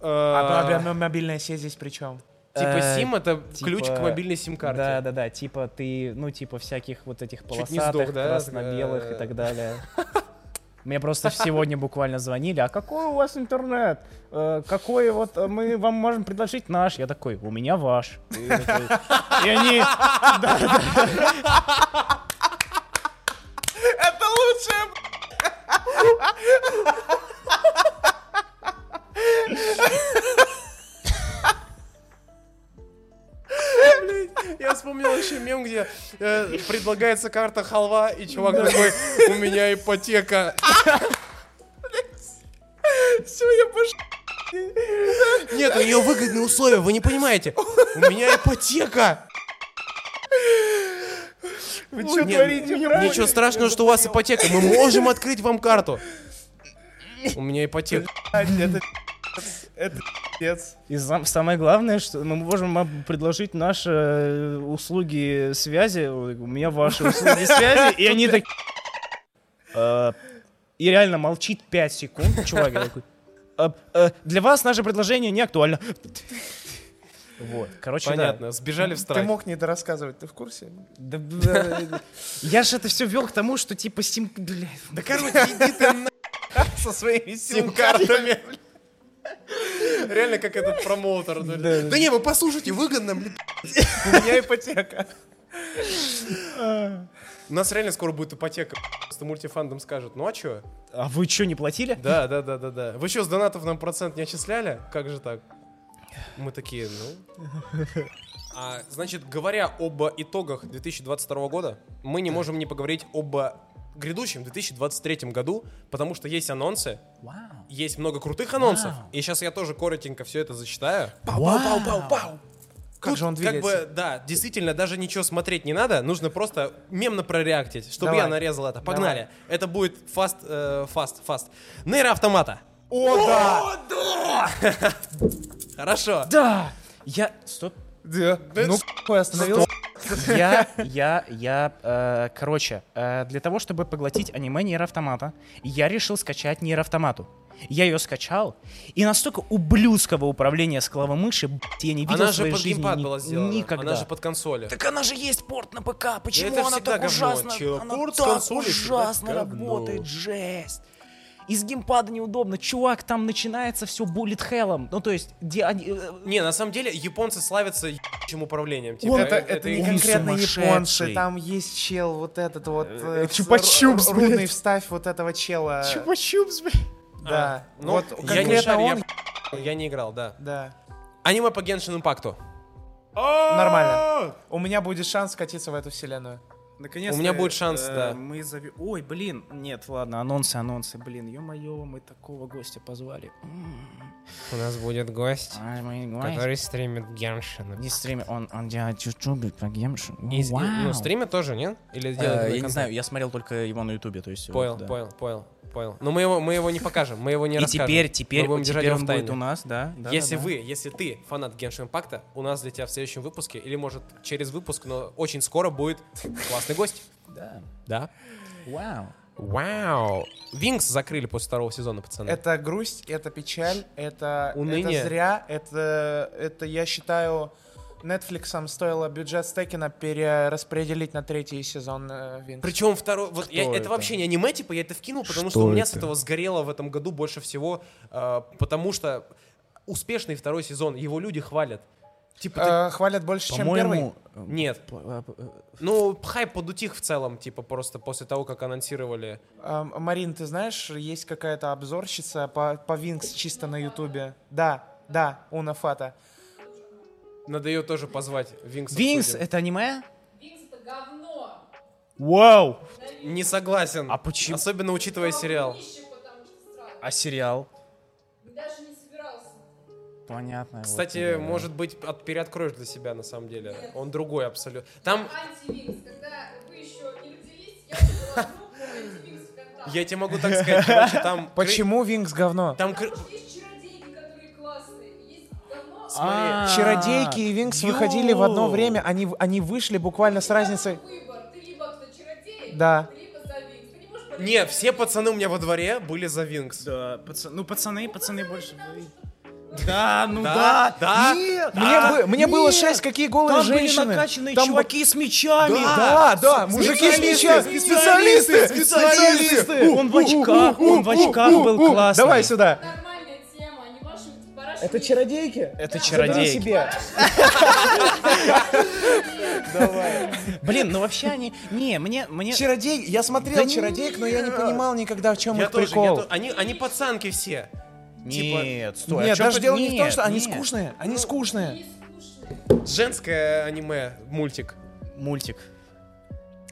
Speaker 3: А,
Speaker 1: Э,
Speaker 3: а, а мобильная сеть здесь при чем?
Speaker 1: Типа
Speaker 2: Э,
Speaker 1: сим — это
Speaker 2: типа-
Speaker 1: ключ к мобильной
Speaker 2: Да,
Speaker 1: сим-карте.
Speaker 2: да, да, типа ты, ну, типа всяких вот этих
Speaker 1: Чуть не
Speaker 2: полосатых,
Speaker 1: сдох, да?
Speaker 2: красно-белых
Speaker 1: Э,
Speaker 2: и так далее. Мне просто сегодня буквально звонили, а какой у вас интернет? Э, Какой вот э, мы вам можем предложить наш? Я такой, у меня ваш. И я такой, И они,
Speaker 3: Это лучшее,
Speaker 1: Я вспомнил еще мем, где э, предлагается карта халва, и чувак такой, у меня ипотека.
Speaker 3: все, я пош...
Speaker 1: Нет, у нее выгодные условия, вы не понимаете. У меня ипотека.
Speaker 3: Вы что
Speaker 1: Нет,
Speaker 3: творите, правда?
Speaker 1: Ничего страшного, что у вас ипотека. Мы можем открыть вам карту. У меня ипотека.
Speaker 3: А, нет, Это это пиздец.
Speaker 2: и зам- самое главное, что мы можем вам предложить наши э, услуги связи, Ой, у меня ваши услуги связи, и они такие... «Э, И реально молчит 5 секунд, чувак, я такой... «Э, э, Для вас наше предложение не актуально. Вот, короче, да.
Speaker 1: Понятно, сбежали в
Speaker 3: Ты
Speaker 1: страх.
Speaker 3: мог не дорассказывать, ты в курсе?
Speaker 2: Да, бля, Я же это все вел к тому, что типа Steam, блядь.
Speaker 1: Да короче, иди ты на-
Speaker 3: Со своими силами.
Speaker 1: сим-картами. Реально, как этот промоутер. Да не, вы послушайте, выгодно. блин.
Speaker 3: У меня ипотека.
Speaker 1: У нас реально скоро будет ипотека. Просто мультифандом скажет, ну а чё?
Speaker 2: А вы что, не платили?
Speaker 1: Да, да, да, да, да. Вы что, с донатов нам процент не отчисляли? Как же так? Мы такие, ну... А, значит, говоря об итогах 2022 года, мы не можем не поговорить об грядущем 2023 году, потому что есть анонсы,
Speaker 2: Вау.
Speaker 1: есть много крутых анонсов, и сейчас я тоже коротенько все это зачитаю.
Speaker 3: Как
Speaker 1: Тут
Speaker 3: же он
Speaker 1: как
Speaker 3: двигается?
Speaker 1: бы, да, действительно, даже ничего смотреть не надо, нужно просто мемно прореактить, чтобы
Speaker 3: Давай.
Speaker 1: я нарезал это. Погнали. Это будет фаст, э, фаст, фаст. Нейроавтомата.
Speaker 3: О, да!
Speaker 1: Хорошо.
Speaker 2: Да! Я... Стоп.
Speaker 3: Да. Ну, я остановился.
Speaker 2: Я, я, я, э, короче, э, для того, чтобы поглотить аниме нейроавтомата, я решил скачать нейроавтомату. Я ее скачал, и настолько ублюдского управления с клавы мыши, б***ь, я не видел
Speaker 1: Она
Speaker 2: в
Speaker 1: же
Speaker 2: своей
Speaker 1: под
Speaker 2: жизни
Speaker 1: геймпад
Speaker 2: ни-
Speaker 1: была сделана.
Speaker 2: Никогда.
Speaker 1: Она же под консоли.
Speaker 2: Так она же есть порт на ПК, почему
Speaker 1: Это
Speaker 2: она
Speaker 1: всегда
Speaker 2: так
Speaker 1: говно.
Speaker 2: ужасно,
Speaker 1: Чё,
Speaker 2: она
Speaker 1: порт с
Speaker 2: так
Speaker 1: консоли всегда
Speaker 2: ужасно
Speaker 1: говно.
Speaker 2: работает, жесть. Из геймпада неудобно, чувак, там начинается все буллет хеллом, ну то есть, где они, э,
Speaker 1: Не, на самом деле японцы славятся ебучим управлением. Типа,
Speaker 3: Он- это, это не
Speaker 1: их-
Speaker 2: он
Speaker 3: конкретно
Speaker 2: сумасшедший.
Speaker 3: японцы, там есть чел, вот этот вот... э, с
Speaker 2: Чупа-чупс,
Speaker 3: ру- Рудный
Speaker 2: блядь.
Speaker 3: вставь вот этого чела. Да.
Speaker 1: Ну,
Speaker 3: вот
Speaker 1: я не
Speaker 3: конкретно
Speaker 1: шарю, я
Speaker 3: он...
Speaker 1: п***л, я не играл, да.
Speaker 3: Да.
Speaker 1: Аниме по Геншин Импакту.
Speaker 3: Нормально. У меня будет шанс скатиться в эту вселенную.
Speaker 2: наконец
Speaker 1: У меня будет шанс, да.
Speaker 2: э, Мы зави- Ой, блин, нет, ладно, анонсы, анонсы, блин, ё-моё, мы такого гостя позвали. М.
Speaker 1: У нас будет гость,
Speaker 2: Ай, мой гость.
Speaker 1: стримит Геншина.
Speaker 2: Не стрим, он, он делает ютубе по геймшу.
Speaker 1: Ну, стримит тоже, нет? Или делает
Speaker 2: Э, я не
Speaker 1: контент?
Speaker 2: знаю, я смотрел только его на ютубе, то есть... вот,
Speaker 1: Понял,
Speaker 2: да.
Speaker 1: понял, понял, понял. Но мы его, мы его не покажем, мы его не
Speaker 2: И
Speaker 1: расскажем.
Speaker 2: теперь,
Speaker 1: Мы
Speaker 2: теперь,
Speaker 1: будем держать
Speaker 2: теперь
Speaker 1: его
Speaker 2: он
Speaker 1: в тайне.
Speaker 2: будет у нас, да? да,
Speaker 1: если
Speaker 2: да, да.
Speaker 1: вы, если ты фанат Геншин Импакта, у нас для тебя в следующем выпуске, или может через выпуск, но очень скоро будет классный гость.
Speaker 2: Да.
Speaker 1: Да.
Speaker 2: Вау.
Speaker 1: Вау. Винкс закрыли после второго сезона, пацаны.
Speaker 3: Это грусть, это печаль, это,
Speaker 1: Уныние.
Speaker 3: это зря, это, это, я считаю, Netflix стоило бюджет Стекина перераспределить на третий сезон э, Винкса.
Speaker 1: Причем второй, вот я- это,
Speaker 2: это?
Speaker 1: вообще не аниме, типа я это вкинул, потому что,
Speaker 2: Что
Speaker 1: у меня с
Speaker 2: это?
Speaker 1: этого сгорело в этом году больше всего, э, потому что успешный второй сезон, его люди хвалят. Типа,
Speaker 3: Э, хвалят больше, чем первый.
Speaker 2: По-моему...
Speaker 1: ты-
Speaker 2: э,
Speaker 1: нет,
Speaker 2: п- э,
Speaker 1: ну хайп подутих в целом, типа просто после того, как анонсировали.
Speaker 3: Э, Марин, ты знаешь, есть какая-то обзорщица по, по Винкс чисто на Ютубе? Да, да, Уна Фата.
Speaker 1: Надо ее тоже позвать. Винкс.
Speaker 2: Винкс, э,
Speaker 1: обсудим.
Speaker 2: это аниме?
Speaker 5: Винкс это говно.
Speaker 2: Вау!
Speaker 1: Не согласен.
Speaker 2: А почему?
Speaker 1: Особенно учитывая сериал.
Speaker 5: Говнище, потому что сразу.
Speaker 2: А сериал?
Speaker 5: Даже не собирался.
Speaker 2: Понятно. вот
Speaker 1: Кстати,
Speaker 2: тебе, да.
Speaker 1: может быть, от, переоткроешь для себя на самом деле. Он другой абсолютно. Там
Speaker 5: Антивинкс. Когда вы еще не родились, я была группу антивинкс ВКонтакте.
Speaker 1: я тебе могу так сказать, короче, там. кры-
Speaker 3: Почему Винкс говно?
Speaker 1: Там кры-
Speaker 5: Есть чародейки, которые классные. и Есть говно.
Speaker 2: А,
Speaker 3: Чародейки и Винкс
Speaker 2: ё.
Speaker 3: выходили в одно время, они, в- они вышли буквально с
Speaker 5: Там
Speaker 3: разницей.
Speaker 5: Выбор. Ты либо кто чародей,
Speaker 3: Да.
Speaker 5: ты либо за Винкс. Ты не можешь понять.
Speaker 1: Не, все пацаны у меня во дворе были за Винкс.
Speaker 2: Да, пацаны, ну пацаны, пацаны больше.
Speaker 5: Потому что, ну,
Speaker 2: Да, ну
Speaker 1: Да,
Speaker 2: да,
Speaker 1: да,
Speaker 2: нет,
Speaker 3: Мне,
Speaker 2: да,
Speaker 3: бы- мне было
Speaker 2: А, нет.
Speaker 3: шесть, какие голые
Speaker 2: Там были
Speaker 3: женщины.
Speaker 2: накачанные
Speaker 3: Там
Speaker 2: чуваки с мечами.
Speaker 3: Да, да, мужики с мечами. Специалисты, специалисты.
Speaker 2: Он в очках, он в очках был классный.
Speaker 3: Давай сюда.
Speaker 5: Нормальная тема, они ваши типа, барашки.
Speaker 3: Это чародейки?
Speaker 2: Это
Speaker 3: Забери
Speaker 2: чародейки.
Speaker 3: себе.
Speaker 2: Блин, ну вообще они... Не, мне... мне...
Speaker 3: Чародей, я смотрел чародеек, но я не понимал никогда, в чем
Speaker 1: Я
Speaker 3: их
Speaker 1: тоже, я
Speaker 3: прикол.
Speaker 1: то- они, они пацанки все. Типа,
Speaker 2: Нет, стой. а
Speaker 3: Нет,
Speaker 2: чё
Speaker 3: даже
Speaker 2: ты-
Speaker 3: дело не в том,
Speaker 2: нет,
Speaker 3: что они
Speaker 2: нет.
Speaker 3: скучные. Они скучные.
Speaker 5: Не скучные.
Speaker 1: Женское аниме, мультик.
Speaker 2: Мультик.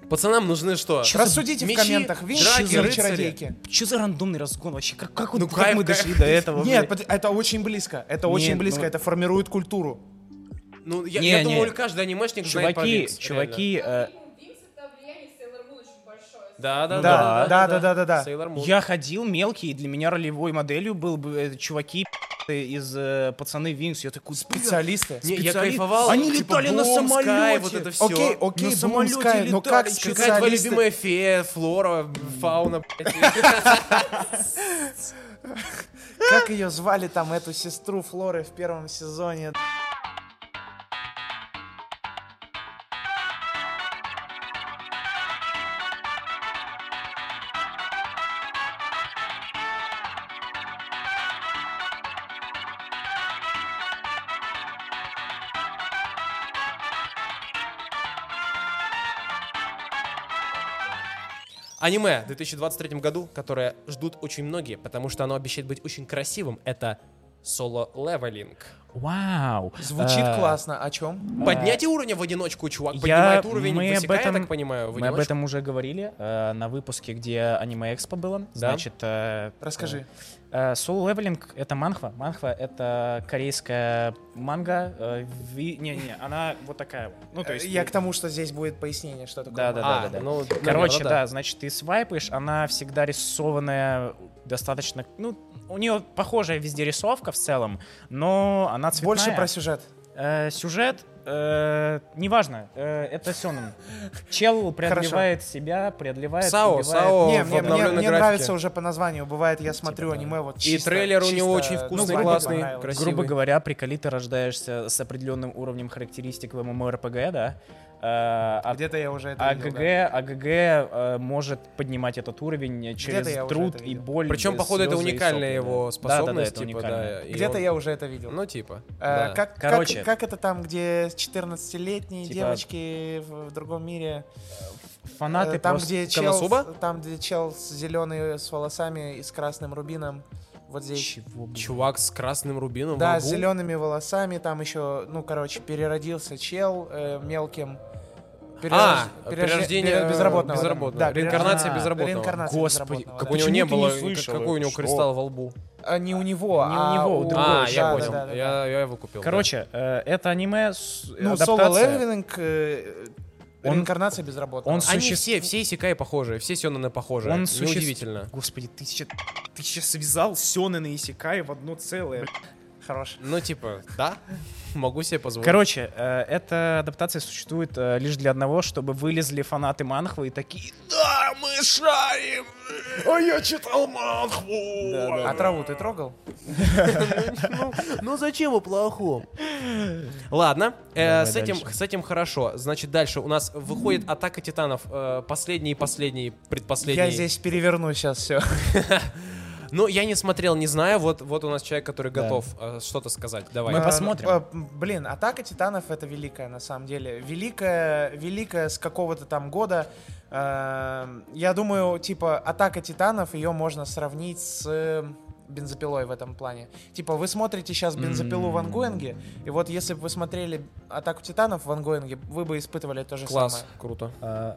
Speaker 1: Пацанам нужны что?
Speaker 2: Чё за
Speaker 3: Рассудите в
Speaker 1: мечи,
Speaker 3: комментах,
Speaker 1: драки,
Speaker 3: винчики или
Speaker 1: рыцари.
Speaker 3: чародейки.
Speaker 2: Че за рандомный разгон вообще? Как, как, вот-
Speaker 1: Ну,
Speaker 2: как
Speaker 1: кайф,
Speaker 2: мы
Speaker 1: кайф.
Speaker 2: дошли до
Speaker 1: Ну,
Speaker 2: этого? блядь?
Speaker 3: Нет, под- это очень близко. Это очень
Speaker 2: Нет,
Speaker 3: близко,
Speaker 2: ну-
Speaker 3: это формирует культуру.
Speaker 1: Ну, я,
Speaker 2: Не,
Speaker 1: я
Speaker 2: не.
Speaker 1: думаю, каждый анимешник знает про
Speaker 2: чуваки,
Speaker 1: Винкс, реально.
Speaker 2: чуваки, э,
Speaker 5: Ну, Винкс это влияние Sailor Moon очень большое.
Speaker 1: Да, да,
Speaker 3: Да,
Speaker 1: да.
Speaker 3: да, да, да, да.
Speaker 1: Sailor Moon.
Speaker 2: я ходил мелкий, и для меня ролевой моделью был бы э, чуваки пи***ы из э, пацаны Винкс. Я такой, специалист.
Speaker 3: Специалисты.
Speaker 1: Не, я
Speaker 2: специалист.
Speaker 1: кайфовал.
Speaker 2: Они
Speaker 1: типа,
Speaker 2: летали на
Speaker 1: Boom, Sky,
Speaker 2: самолете.
Speaker 1: вот это все.
Speaker 3: Окей, окей,
Speaker 2: на
Speaker 3: Boom
Speaker 2: самолете
Speaker 3: Sky, но
Speaker 2: летали,
Speaker 3: как
Speaker 2: какая
Speaker 1: Какая твоя
Speaker 3: специалисты-
Speaker 1: любимая фея, флора, фауна, блядь?
Speaker 3: Как ее звали там, эту сестру Флоры в первом сезоне?
Speaker 1: Аниме в 2023 году, которое ждут очень многие, потому что оно обещает быть очень красивым, это соло левелинг.
Speaker 2: Вау.
Speaker 3: Звучит
Speaker 1: А.
Speaker 2: Э,
Speaker 3: классно. О чем?
Speaker 1: Поднятие уровня в одиночку, чувак,
Speaker 2: Я-
Speaker 1: поднимает уровень,
Speaker 2: мы об
Speaker 1: высекая,
Speaker 2: этом-
Speaker 1: я так понимаю, в
Speaker 2: Мы об
Speaker 1: одиночку.
Speaker 2: этом уже говорили э, на выпуске, где аниме Экспо было. Значит, э,
Speaker 3: Расскажи.
Speaker 1: А.
Speaker 2: Soul Leveling — это манхва. Манхва — это корейская манга. э, ви- Не-не, она вот такая вот. Ну, то есть...
Speaker 3: Э, Я к тому, что здесь будет пояснение, что такое.
Speaker 2: Да-да-да.
Speaker 1: А,
Speaker 2: да.
Speaker 1: ну,
Speaker 2: Короче,
Speaker 1: наверно,
Speaker 2: да. значит, ты свайпаешь, она всегда рисованная достаточно... Ну, у нее похожая везде рисовка в целом, но она цветная.
Speaker 3: Больше про сюжет.
Speaker 2: Э, сюжет, э, неважно, э, это сёнэн. Чел преодолевает себя, преодолевает...
Speaker 1: Сао,
Speaker 2: убивает-
Speaker 1: Сао.
Speaker 3: Не,
Speaker 1: в
Speaker 3: мне, мне-
Speaker 1: обновленной
Speaker 3: мне
Speaker 1: графике. Типа
Speaker 3: нравится уже по названию. Бывает, я смотрю
Speaker 2: да.
Speaker 3: аниме вот ну,
Speaker 1: И трейлер у него очень вкусный, классный,
Speaker 3: красивый.
Speaker 1: красивый.
Speaker 2: Грубо говоря, приколи ты рождаешься с определенным уровнем характеристик в ММОРПГ, да? Э, а
Speaker 3: Где-то я уже это видел,
Speaker 2: АГГ,
Speaker 3: да.
Speaker 2: АГГ э, может поднимать этот уровень э, через
Speaker 3: я уже
Speaker 2: труд
Speaker 3: это
Speaker 2: и
Speaker 3: видел.
Speaker 2: боль.
Speaker 1: Причем,
Speaker 2: э,
Speaker 1: походу, это
Speaker 2: слезы и
Speaker 1: уникальная
Speaker 2: сопли,
Speaker 1: его
Speaker 2: да.
Speaker 1: способность,
Speaker 2: Да-да-да, это
Speaker 1: типа,
Speaker 2: уникальная.
Speaker 1: да. и
Speaker 3: Где-то
Speaker 1: он-
Speaker 3: я уже это видел.
Speaker 1: Ну, типа,
Speaker 3: Э,
Speaker 1: да.
Speaker 3: как, как-
Speaker 2: Короче.
Speaker 3: Как, это там, где 14-летние
Speaker 2: Типа-
Speaker 3: девочки в, в другом мире?
Speaker 2: Фанаты
Speaker 3: Э, там,
Speaker 2: просто...
Speaker 3: где чел,
Speaker 1: Коносуба?
Speaker 3: с- там, где чел с зеленый с волосами и с красным рубином. Вот здесь.
Speaker 2: Чего, блин?
Speaker 1: Чувак с красным рубином
Speaker 3: Да,
Speaker 1: могу?
Speaker 3: с зелеными волосами, там еще, ну, короче, переродился чел э, мелким.
Speaker 1: А,
Speaker 3: Перерож- перерож-
Speaker 1: перерождение
Speaker 3: пере- безработного. да.
Speaker 1: безработного.
Speaker 3: Да,
Speaker 1: Реинкарнация
Speaker 2: перерож-
Speaker 1: безработного.
Speaker 3: реинкарнация
Speaker 2: Господи,
Speaker 3: безработного,
Speaker 1: Как
Speaker 3: да.
Speaker 1: у него
Speaker 2: Почему
Speaker 1: не
Speaker 2: ты не
Speaker 1: было,
Speaker 2: слышал?
Speaker 1: какой у него
Speaker 2: Что?
Speaker 1: кристалл во лбу.
Speaker 3: А, не у него,
Speaker 2: Не у
Speaker 3: а
Speaker 2: него, у другого
Speaker 1: А,
Speaker 2: да,
Speaker 1: я
Speaker 2: да,
Speaker 1: понял.
Speaker 3: да, да, да.
Speaker 1: Я я его купил. да.
Speaker 2: Короче, э, это аниме с-
Speaker 3: Ну, соло
Speaker 2: адаптация.
Speaker 3: левелинг, э,
Speaker 2: Он-
Speaker 3: реинкарнация безработного.
Speaker 2: он
Speaker 1: Они
Speaker 2: суще-
Speaker 1: все, все Исикаи похожие, все Сёнэны похожие.
Speaker 2: Он суще-
Speaker 1: Неудивительно.
Speaker 2: Господи, ты сейчас, ты сейчас связал Сёнэн и Исикай в одно целое.
Speaker 3: Хорош.
Speaker 1: Ну, типа, да, могу себе позволить.
Speaker 2: Короче, э, эта адаптация существует э, лишь для одного, чтобы вылезли фанаты Манхвы и такие «Да, мы шарим! А я читал Манхву!»
Speaker 3: А траву ты трогал?
Speaker 1: Ну зачем о плохом? Ладно, э,
Speaker 2: Давай
Speaker 1: с этим
Speaker 2: дальше.
Speaker 1: с этим хорошо. Значит, дальше у нас выходит Атака Титанов. э, Последний, последний, предпоследний.
Speaker 3: Я здесь переверну сейчас все.
Speaker 1: Ну, я не смотрел, не знаю. Вот вот у нас человек, который
Speaker 2: Да.
Speaker 1: готов э, что-то сказать. Давай.
Speaker 2: Мы посмотрим.
Speaker 3: Э, м, Блин, атака титанов это великая, на самом деле. Великая, великая с какого-то там года. Э, Я думаю, типа, атака титанов, ее можно сравнить с э, бензопилой в этом плане. Типа, вы смотрите сейчас бензопилу в Ангоинге, и вот если бы вы смотрели атаку титанов в Ангоинге, вы бы испытывали то же
Speaker 1: Класс,
Speaker 3: самое.
Speaker 1: круто.
Speaker 2: А,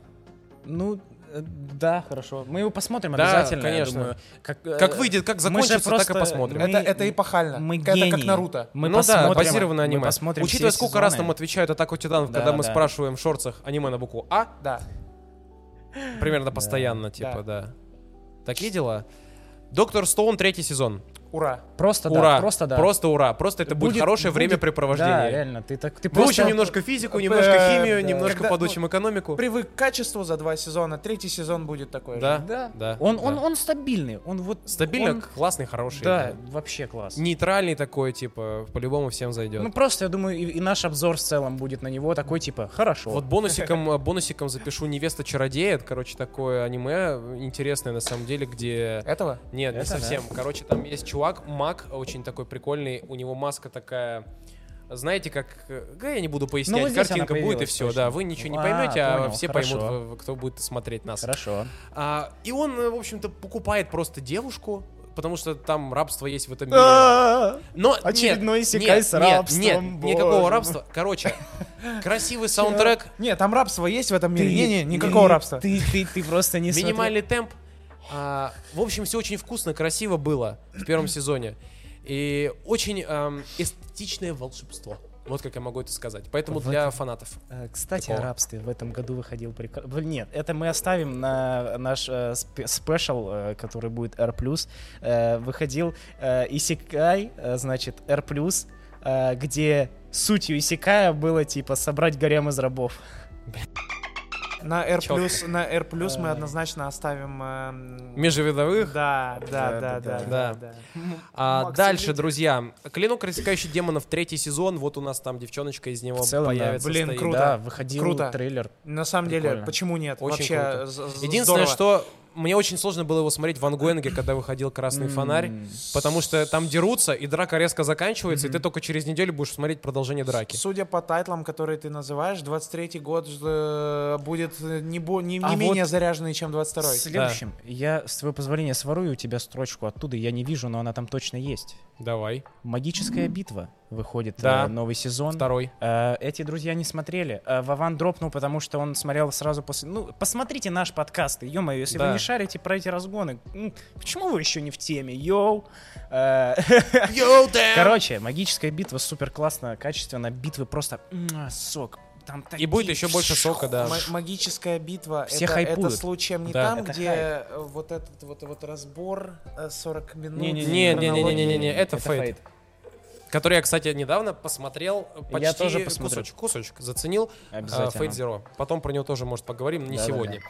Speaker 2: ну, э, да, хорошо. Мы его посмотрим
Speaker 1: Да,
Speaker 2: обязательно, я
Speaker 1: конечно.
Speaker 2: думаю. Как, э,
Speaker 1: Как выйдет, как
Speaker 2: мы же
Speaker 1: закончится, так и
Speaker 2: просто-
Speaker 1: посмотрим.
Speaker 2: мы-
Speaker 3: Это, это эпохально.
Speaker 2: Мы
Speaker 3: это
Speaker 2: гении.
Speaker 3: э, как Наруто.
Speaker 2: Мы
Speaker 1: ну да,
Speaker 2: посмотрим-
Speaker 1: базированное аниме.
Speaker 2: Мы посмотрим
Speaker 1: Учитывая,
Speaker 2: все
Speaker 1: сколько раз
Speaker 2: сезоны.
Speaker 1: нам отвечают Атаку Титанов,
Speaker 2: Да,
Speaker 1: когда мы
Speaker 2: да.
Speaker 1: спрашиваем в шорцах аниме на букву А,
Speaker 3: Да.
Speaker 1: примерно постоянно, типа, да. Такие дела. Доктор Стоун, третий сезон.
Speaker 3: Ура.
Speaker 2: Просто
Speaker 1: ура.
Speaker 2: да, просто да.
Speaker 1: Просто ура. Просто это будет, хорошее
Speaker 2: будет-
Speaker 1: времяпрепровождение.
Speaker 2: Да, реально, ты так, ты
Speaker 1: Выучим
Speaker 2: просто...
Speaker 1: немножко физику,
Speaker 3: Э,
Speaker 1: немножко
Speaker 3: да.
Speaker 1: химию, немножко
Speaker 2: ну,
Speaker 3: Когда-
Speaker 1: подучим экономику.
Speaker 3: Привык к качеству за два сезона, третий сезон будет такой
Speaker 1: Да,
Speaker 3: же.
Speaker 1: да, да.
Speaker 2: Он, он, он стабильный, он вот...
Speaker 1: Стабильно,
Speaker 2: он-
Speaker 1: классный, хороший.
Speaker 2: Да, вообще класс.
Speaker 1: Нейтральный такой, типа, по-любому всем зайдет.
Speaker 2: Ну просто, я думаю, и, и наш обзор в целом будет на него такой, типа, хорошо.
Speaker 1: Вот бонусиком, э, бонусиком запишу «Невеста чародея». Это, короче, такое аниме э, интересное, на самом деле, где...
Speaker 3: Этого?
Speaker 1: Нет, не
Speaker 2: Это да.
Speaker 1: совсем. Короче, там есть чувак, маг, очень такой прикольный. У него маска такая... Знаете, как... э, Да, я не буду пояснять.
Speaker 2: Ну, вот здесь она
Speaker 1: Картинка будет и
Speaker 2: появилась
Speaker 1: все,
Speaker 2: точно.
Speaker 1: да. Вы ничего не
Speaker 2: А,
Speaker 1: поймете, а,
Speaker 2: понял,
Speaker 1: все
Speaker 2: хорошо.
Speaker 1: поймут, э, кто будет смотреть нас.
Speaker 2: Хорошо.
Speaker 1: А, и он, э, в общем-то, покупает просто девушку, потому что там рабство есть в этом
Speaker 2: А,
Speaker 1: мире.
Speaker 2: Ой,
Speaker 1: Но
Speaker 2: очередной
Speaker 1: нет,
Speaker 2: иссякай
Speaker 1: нет,
Speaker 2: с
Speaker 1: нет,
Speaker 2: рабством,
Speaker 1: Нет,
Speaker 2: боже
Speaker 1: никакого
Speaker 2: мой.
Speaker 1: рабства. Короче, красивый саундтрек,
Speaker 3: Не, там рабство есть в этом мире. Не-не, никакого рабства.
Speaker 2: Ты, ты, ты просто не смотри.
Speaker 1: минимальный темп. А, в общем, все очень вкусно, красиво было в первом сезоне. И очень эм, эстетичное волшебство. Вот как я могу это сказать. Поэтому
Speaker 2: Вот
Speaker 1: для фанатов.
Speaker 2: Э, Кстати,
Speaker 1: Такого.
Speaker 2: о рабстве в этом году выходил прикол. Блин, нет, это мы оставим на наш э, спе- спешл, э, который будет R+. Э, выходил э, Исикай, э, значит, R+, э, где сутью Исикая было, типа, собрать гарем из рабов.
Speaker 3: На R+,
Speaker 1: Чётко.
Speaker 3: на R+,
Speaker 1: Э.
Speaker 3: мы однозначно оставим... эм,
Speaker 1: Межвидовых.
Speaker 3: Да, да,
Speaker 2: да,
Speaker 3: да, да,
Speaker 1: да.
Speaker 3: да, да.
Speaker 1: А,
Speaker 3: Макс
Speaker 1: дальше,
Speaker 3: Литвин.
Speaker 1: друзья, Клинок рассекающий демонов третий сезон. Вот у нас там девчоночка из него
Speaker 2: В целом, да.
Speaker 1: появится.
Speaker 3: Блин,
Speaker 1: стоит.
Speaker 3: круто.
Speaker 2: Да, выходил
Speaker 3: Круто.
Speaker 2: трейлер.
Speaker 3: На самом деле,
Speaker 2: Прикольно.
Speaker 3: почему нет?
Speaker 1: Очень
Speaker 3: Вообще
Speaker 1: круто.
Speaker 3: з- з-
Speaker 1: Единственное,
Speaker 3: здорово.
Speaker 1: что мне очень сложно было его смотреть в Ангоинге, когда выходил «Красный фонарь», потому что там дерутся, и драка резко заканчивается, и ты только через неделю будешь смотреть продолжение драки.
Speaker 3: Судя по тайтлам, которые ты называешь, 23-й год э, будет э, не, бо- не, не
Speaker 2: А вот
Speaker 3: менее заряженный, чем 22-й.
Speaker 2: Следующим. Я, с твоего позволения, сворую у тебя строчку оттуда, я не вижу, но она там точно есть.
Speaker 1: Давай.
Speaker 2: Магическая битва выходит
Speaker 1: Да.
Speaker 2: э, новый сезон.
Speaker 1: Второй.
Speaker 2: Э, Эти друзья не смотрели. Э, Вован дропнул, потому что он смотрел сразу после... Ну, посмотрите наш подкаст, ё-моё, если
Speaker 1: Да.
Speaker 2: вы не шарите про эти разгоны, м, почему вы еще не в теме, йоу? Э, Короче, магическая битва супер классно, качественно, битвы просто м, сок. Там
Speaker 1: И
Speaker 2: такие-
Speaker 1: будет еще больше сока, да.
Speaker 3: М- магическая битва
Speaker 2: Все
Speaker 3: это, это
Speaker 2: хайпуют.
Speaker 3: случаем не
Speaker 1: Да.
Speaker 3: там,
Speaker 2: Это
Speaker 3: где
Speaker 2: хайп.
Speaker 3: э, вот этот вот, вот разбор э, 40 минут.
Speaker 1: Не-не-не, не-не-не-не-не,
Speaker 3: хронологии?
Speaker 1: это фейт. Который я, кстати, недавно посмотрел почти
Speaker 2: Я тоже посмотрю.
Speaker 1: кусочек, кусочек заценил.
Speaker 2: Обязательно.
Speaker 1: А, Фейт Zero. Потом про него тоже, может, поговорим, но не
Speaker 2: Да-да-да.
Speaker 1: сегодня.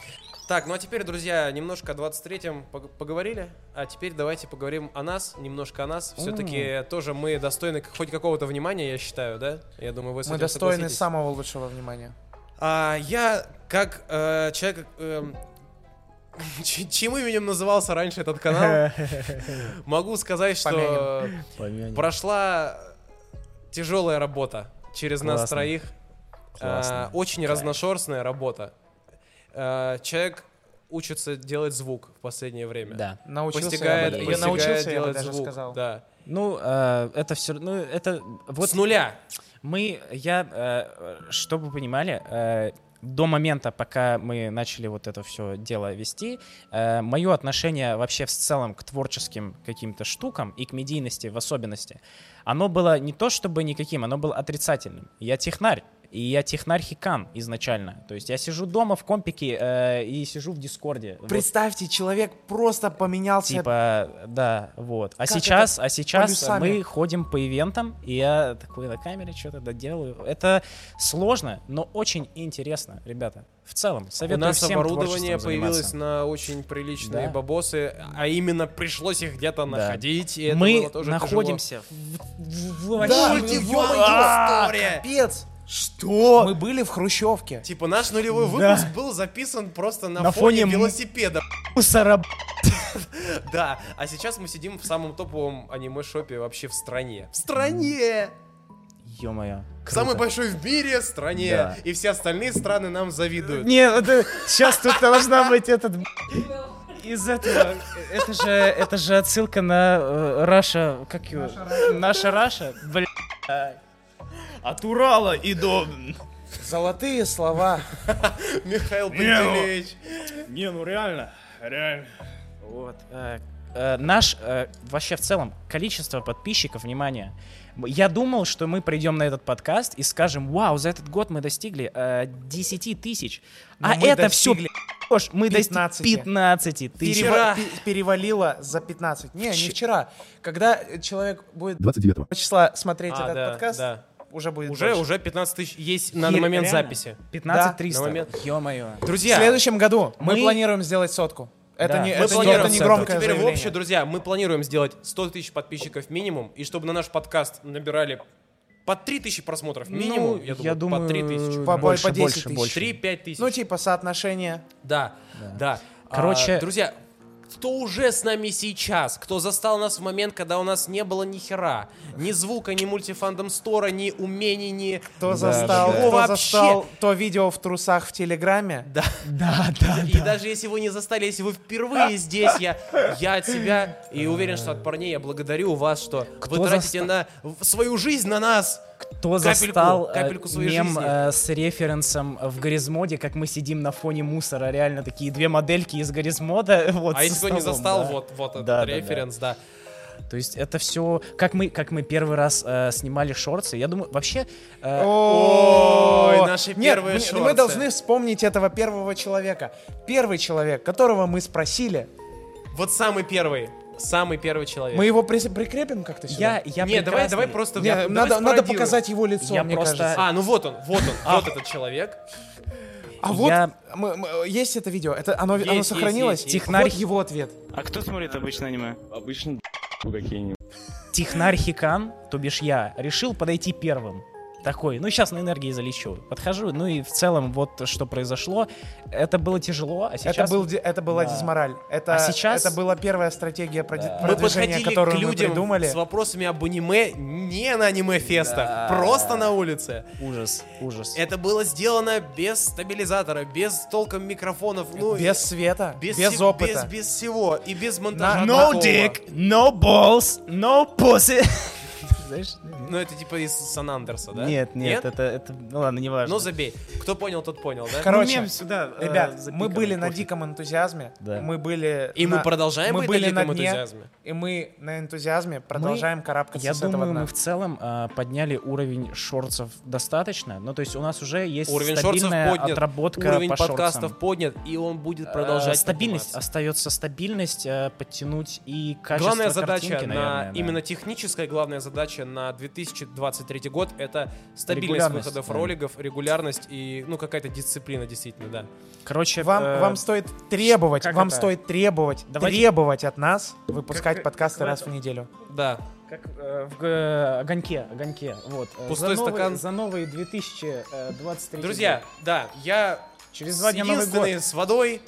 Speaker 1: Так, ну а теперь, друзья, немножко о 23-м пог- поговорили, а теперь давайте поговорим о нас, немножко о нас. Все-таки тоже мы достойны к- хоть какого-то внимания, я считаю, да? Я думаю, вы с
Speaker 3: Мы
Speaker 1: этим
Speaker 3: достойны
Speaker 1: согласитесь.
Speaker 3: самого лучшего внимания.
Speaker 1: А, я как э, человек, эм, ч- чьим именем назывался раньше этот канал, могу сказать, что
Speaker 3: Помянем.
Speaker 2: Помянем.
Speaker 1: прошла тяжелая работа через нас
Speaker 2: Классно.
Speaker 1: троих.
Speaker 2: Классно.
Speaker 1: А, очень разношерстная работа. А, человек учится делать звук в последнее время.
Speaker 2: Да.
Speaker 3: Научился
Speaker 1: Постигает,
Speaker 3: я бы- я
Speaker 1: постигает
Speaker 3: научился, я бы
Speaker 1: делать
Speaker 3: даже
Speaker 1: звук.
Speaker 3: сказал.
Speaker 1: Да.
Speaker 2: Ну, э, это все, ну, это вот
Speaker 1: Вот с нуля.
Speaker 2: Мы, я, э, чтобы вы понимали, э, до момента, пока мы начали вот это все дело вести, мое отношение вообще в целом к творческим каким-то штукам и к медийности в особенности, оно было не то чтобы никаким, оно было отрицательным. Я технарь. И я технарь-хикан изначально. То есть я сижу дома в компике э, и сижу в Дискорде. Вот,
Speaker 3: Представьте, человек просто поменялся.
Speaker 2: типа, да, вот. А
Speaker 3: Как
Speaker 2: сейчас, а сейчас
Speaker 3: Полюсами.
Speaker 2: мы ходим по ивентам, и я такой на камере что-то доделаю. Это сложно, но очень интересно, ребята. В целом,
Speaker 1: У
Speaker 2: советую
Speaker 1: нас
Speaker 2: всем
Speaker 1: оборудование
Speaker 2: творчеством
Speaker 1: появилось
Speaker 2: заниматься.
Speaker 1: на очень приличные
Speaker 2: Да.
Speaker 1: бабосы, а именно пришлось их где-то находить. И это
Speaker 2: мы
Speaker 1: было тоже
Speaker 2: находимся в, в- в-
Speaker 3: Да,
Speaker 2: вообще-
Speaker 3: ну,
Speaker 2: в-
Speaker 3: ё-моё,
Speaker 2: А,
Speaker 1: история.
Speaker 3: Капец!
Speaker 2: Что?
Speaker 3: Мы были в Хрущевке.
Speaker 1: Типа наш нулевой выпуск был записан просто на,
Speaker 2: На
Speaker 1: фоне,
Speaker 2: фоне м-
Speaker 1: велосипеда.
Speaker 2: Мусора, б***ь.
Speaker 1: Да, а сейчас мы сидим в самом топовом аниме-шопе вообще в стране. В стране!
Speaker 2: Ё-моё. круто.
Speaker 1: Самый большой в мире стране.
Speaker 2: Да.
Speaker 1: И все остальные страны нам завидуют.
Speaker 2: Не, сейчас тут должна быть этот... б***ь, Из этого, это же, это же отсылка на э, Раша, как его? Наша Раша, бля. От Урала и до...
Speaker 3: Золотые слова.
Speaker 1: Михаил Пантелеевич.
Speaker 2: Не, ну реально, реально. Вот. э, э, наш, э, вообще в целом, количество подписчиков, внимание. М- Я думал, что мы придем на этот подкаст и скажем, вау, за этот год мы достигли э, 10 тысяч.
Speaker 3: Но
Speaker 2: а
Speaker 3: мы
Speaker 2: это все
Speaker 3: достигли.
Speaker 2: Гош, мы достигли
Speaker 3: 15.
Speaker 2: 15 тысяч.
Speaker 1: Вчера.
Speaker 3: Перева- пе- перевалило за 15. Не, не
Speaker 2: Вч-
Speaker 3: вчера. Когда человек будет
Speaker 6: 29
Speaker 3: числа смотреть
Speaker 1: А,
Speaker 3: этот
Speaker 1: да,
Speaker 3: подкаст,
Speaker 1: да.
Speaker 3: уже будет
Speaker 1: Уже,
Speaker 3: больше.
Speaker 1: уже 15 тысяч есть на момент
Speaker 2: Реально?
Speaker 1: записи.
Speaker 2: 15
Speaker 1: Да.
Speaker 2: 300.
Speaker 1: На момент.
Speaker 2: Ё-моё.
Speaker 1: Друзья,
Speaker 3: В следующем году мы,
Speaker 2: Мы-
Speaker 3: планируем сделать сотку. Это,
Speaker 2: Да.
Speaker 3: не,
Speaker 2: Мы
Speaker 1: мы
Speaker 3: это, не,
Speaker 1: планируем
Speaker 3: это не
Speaker 2: сотку.
Speaker 3: громкое
Speaker 1: теперь в
Speaker 3: заявление.
Speaker 1: общем, друзья, мы планируем сделать 100 тысяч подписчиков минимум, и чтобы на наш подкаст набирали по 3 тысячи просмотров минимум, я, думаю, по 3 тысячи.
Speaker 3: Ну, По-
Speaker 2: больше,
Speaker 3: по 10
Speaker 2: больше,
Speaker 3: тысяч.
Speaker 2: больше.
Speaker 1: 3-5 тысяч.
Speaker 3: Ну, типа, соотношение.
Speaker 1: Да, да. А,
Speaker 2: Короче-
Speaker 1: друзья, кто уже с нами сейчас, кто застал нас в момент, когда у нас не было ни хера, ни звука, ни мультифандом стора, ни умений, ни...
Speaker 3: Кто
Speaker 2: Да,
Speaker 3: застал,
Speaker 1: да, да.
Speaker 3: кто
Speaker 1: Вообще.
Speaker 3: застал то видео в трусах в Телеграме.
Speaker 1: Да.
Speaker 2: Да, да,
Speaker 1: И даже если вы не застали, если вы впервые здесь, я, я от себя и уверен, что от парней я благодарю вас, что вы
Speaker 2: Кто
Speaker 1: тратите на в- свою жизнь на нас.
Speaker 2: Кто
Speaker 1: Капельку,
Speaker 2: застал э,
Speaker 1: капельку своей
Speaker 2: мем
Speaker 1: жизни.
Speaker 2: э, с референсом в Горизмоде, как мы сидим на фоне мусора, реально такие две модельки из Горизмода. Вот,
Speaker 1: а
Speaker 2: со
Speaker 1: если кто не
Speaker 2: столом,
Speaker 1: застал,
Speaker 2: да.
Speaker 1: вот, вот этот
Speaker 2: Да, да, да.
Speaker 1: референс, да.
Speaker 2: То есть это все, как мы, как мы первый раз э, снимали шорты, я думаю, вообще... э,
Speaker 1: Ой,
Speaker 3: О,
Speaker 1: наши
Speaker 3: Нет,
Speaker 1: первые
Speaker 3: мы-
Speaker 1: шорты.
Speaker 3: Мы должны вспомнить этого первого человека. Первый человек, которого мы спросили.
Speaker 1: Вот самый первый, самый первый человек.
Speaker 3: Мы его при- прикрепим как-то
Speaker 2: я,
Speaker 3: сюда?
Speaker 2: я
Speaker 1: Не, давай,
Speaker 2: прекрасный.
Speaker 1: давай просто...
Speaker 3: Не,
Speaker 1: я- давай
Speaker 3: надо, надо
Speaker 1: спародируем.
Speaker 3: показать его лицо,
Speaker 2: Я
Speaker 3: мне
Speaker 2: просто-
Speaker 3: кажется.
Speaker 1: А, ну вот он, вот он, вот этот человек.
Speaker 3: А вот
Speaker 2: я-
Speaker 3: мы- мы- есть это видео, это оно,
Speaker 1: Есть,
Speaker 3: оно
Speaker 1: есть,
Speaker 3: сохранилось.
Speaker 1: есть,
Speaker 2: есть.
Speaker 3: Вот его ответ.
Speaker 7: А кто смотрит обычно аниме? Обычно какие-нибудь.
Speaker 2: Технарь Хикан, то бишь я, решил подойти первым. Такой, ну сейчас на энергии залечу. Подхожу, ну и в целом вот что произошло. Это было тяжело, а сейчас...
Speaker 3: Это, был, де- это была
Speaker 2: Да.
Speaker 3: дизмораль. Это,
Speaker 2: А сейчас-
Speaker 3: это была первая стратегия проди-
Speaker 1: Мы
Speaker 3: продвижения,
Speaker 1: подходили
Speaker 3: которую
Speaker 1: к людям
Speaker 3: мы придумали.
Speaker 1: с вопросами об аниме не на аниме-фестах,
Speaker 2: Да.
Speaker 1: просто на улице.
Speaker 2: Ужас, ужас.
Speaker 1: Это было сделано без стабилизатора, без толком микрофонов, ну,
Speaker 3: без света, без,
Speaker 1: си-
Speaker 3: опыта.
Speaker 1: Без, без всего и без монтажа.
Speaker 3: На- No
Speaker 1: такого.
Speaker 2: no balls, no pussy. Знаешь?
Speaker 1: Ну, это типа из Сан Андерса, да?
Speaker 2: Нет, нет, это, это, ну ладно, не важно.
Speaker 1: Ну, забей. Кто понял, тот понял, да?
Speaker 3: Короче,
Speaker 2: мем сюда, э,
Speaker 3: Ну, ребят,
Speaker 2: запикан,
Speaker 3: мы были на
Speaker 2: пофиг.
Speaker 3: диком энтузиазме.
Speaker 2: Да.
Speaker 3: Мы были.
Speaker 1: И мы
Speaker 3: на-
Speaker 1: продолжаем
Speaker 3: мы
Speaker 1: быть на
Speaker 3: были
Speaker 1: диком
Speaker 3: на дне,
Speaker 1: энтузиазме?
Speaker 3: И мы на энтузиазме продолжаем карабкаться
Speaker 2: Я
Speaker 3: с этого
Speaker 2: думаю,
Speaker 3: дна.
Speaker 2: мы в целом э, подняли уровень шорцев достаточно. Ну, то есть у нас уже есть
Speaker 1: Уровень шорцев
Speaker 2: стабильная
Speaker 1: поднят,
Speaker 2: отработка
Speaker 1: уровень
Speaker 2: по шорцам.
Speaker 1: подкастов поднят, и он будет
Speaker 2: Э,
Speaker 1: продолжать
Speaker 2: стабильность
Speaker 1: подниматься.
Speaker 2: остается стабильность э, подтянуть и качество
Speaker 1: Главная задача
Speaker 2: картинки,
Speaker 1: на
Speaker 2: наверное, да.
Speaker 1: именно техническая главная задача на 2023 год это стабильность
Speaker 2: Регулярность,
Speaker 1: выходов
Speaker 2: да.
Speaker 1: роликов, регулярность и ну какая-то дисциплина действительно, да.
Speaker 2: короче
Speaker 3: Вам,
Speaker 2: э,
Speaker 3: вам стоит требовать,
Speaker 2: как
Speaker 3: вам
Speaker 2: это?
Speaker 3: стоит требовать,
Speaker 2: Давайте-
Speaker 3: требовать от нас выпускать
Speaker 2: Как-
Speaker 3: подкасты
Speaker 2: как
Speaker 3: раз
Speaker 2: это?
Speaker 3: в неделю.
Speaker 1: Да.
Speaker 2: как э, в г- огоньке огоньке вот э,
Speaker 1: Пустой
Speaker 2: за новый- э,
Speaker 1: стакан.
Speaker 2: за новые 2023
Speaker 1: Друзья, да, я
Speaker 2: через два дня новый
Speaker 1: единственный
Speaker 2: год
Speaker 1: с водой.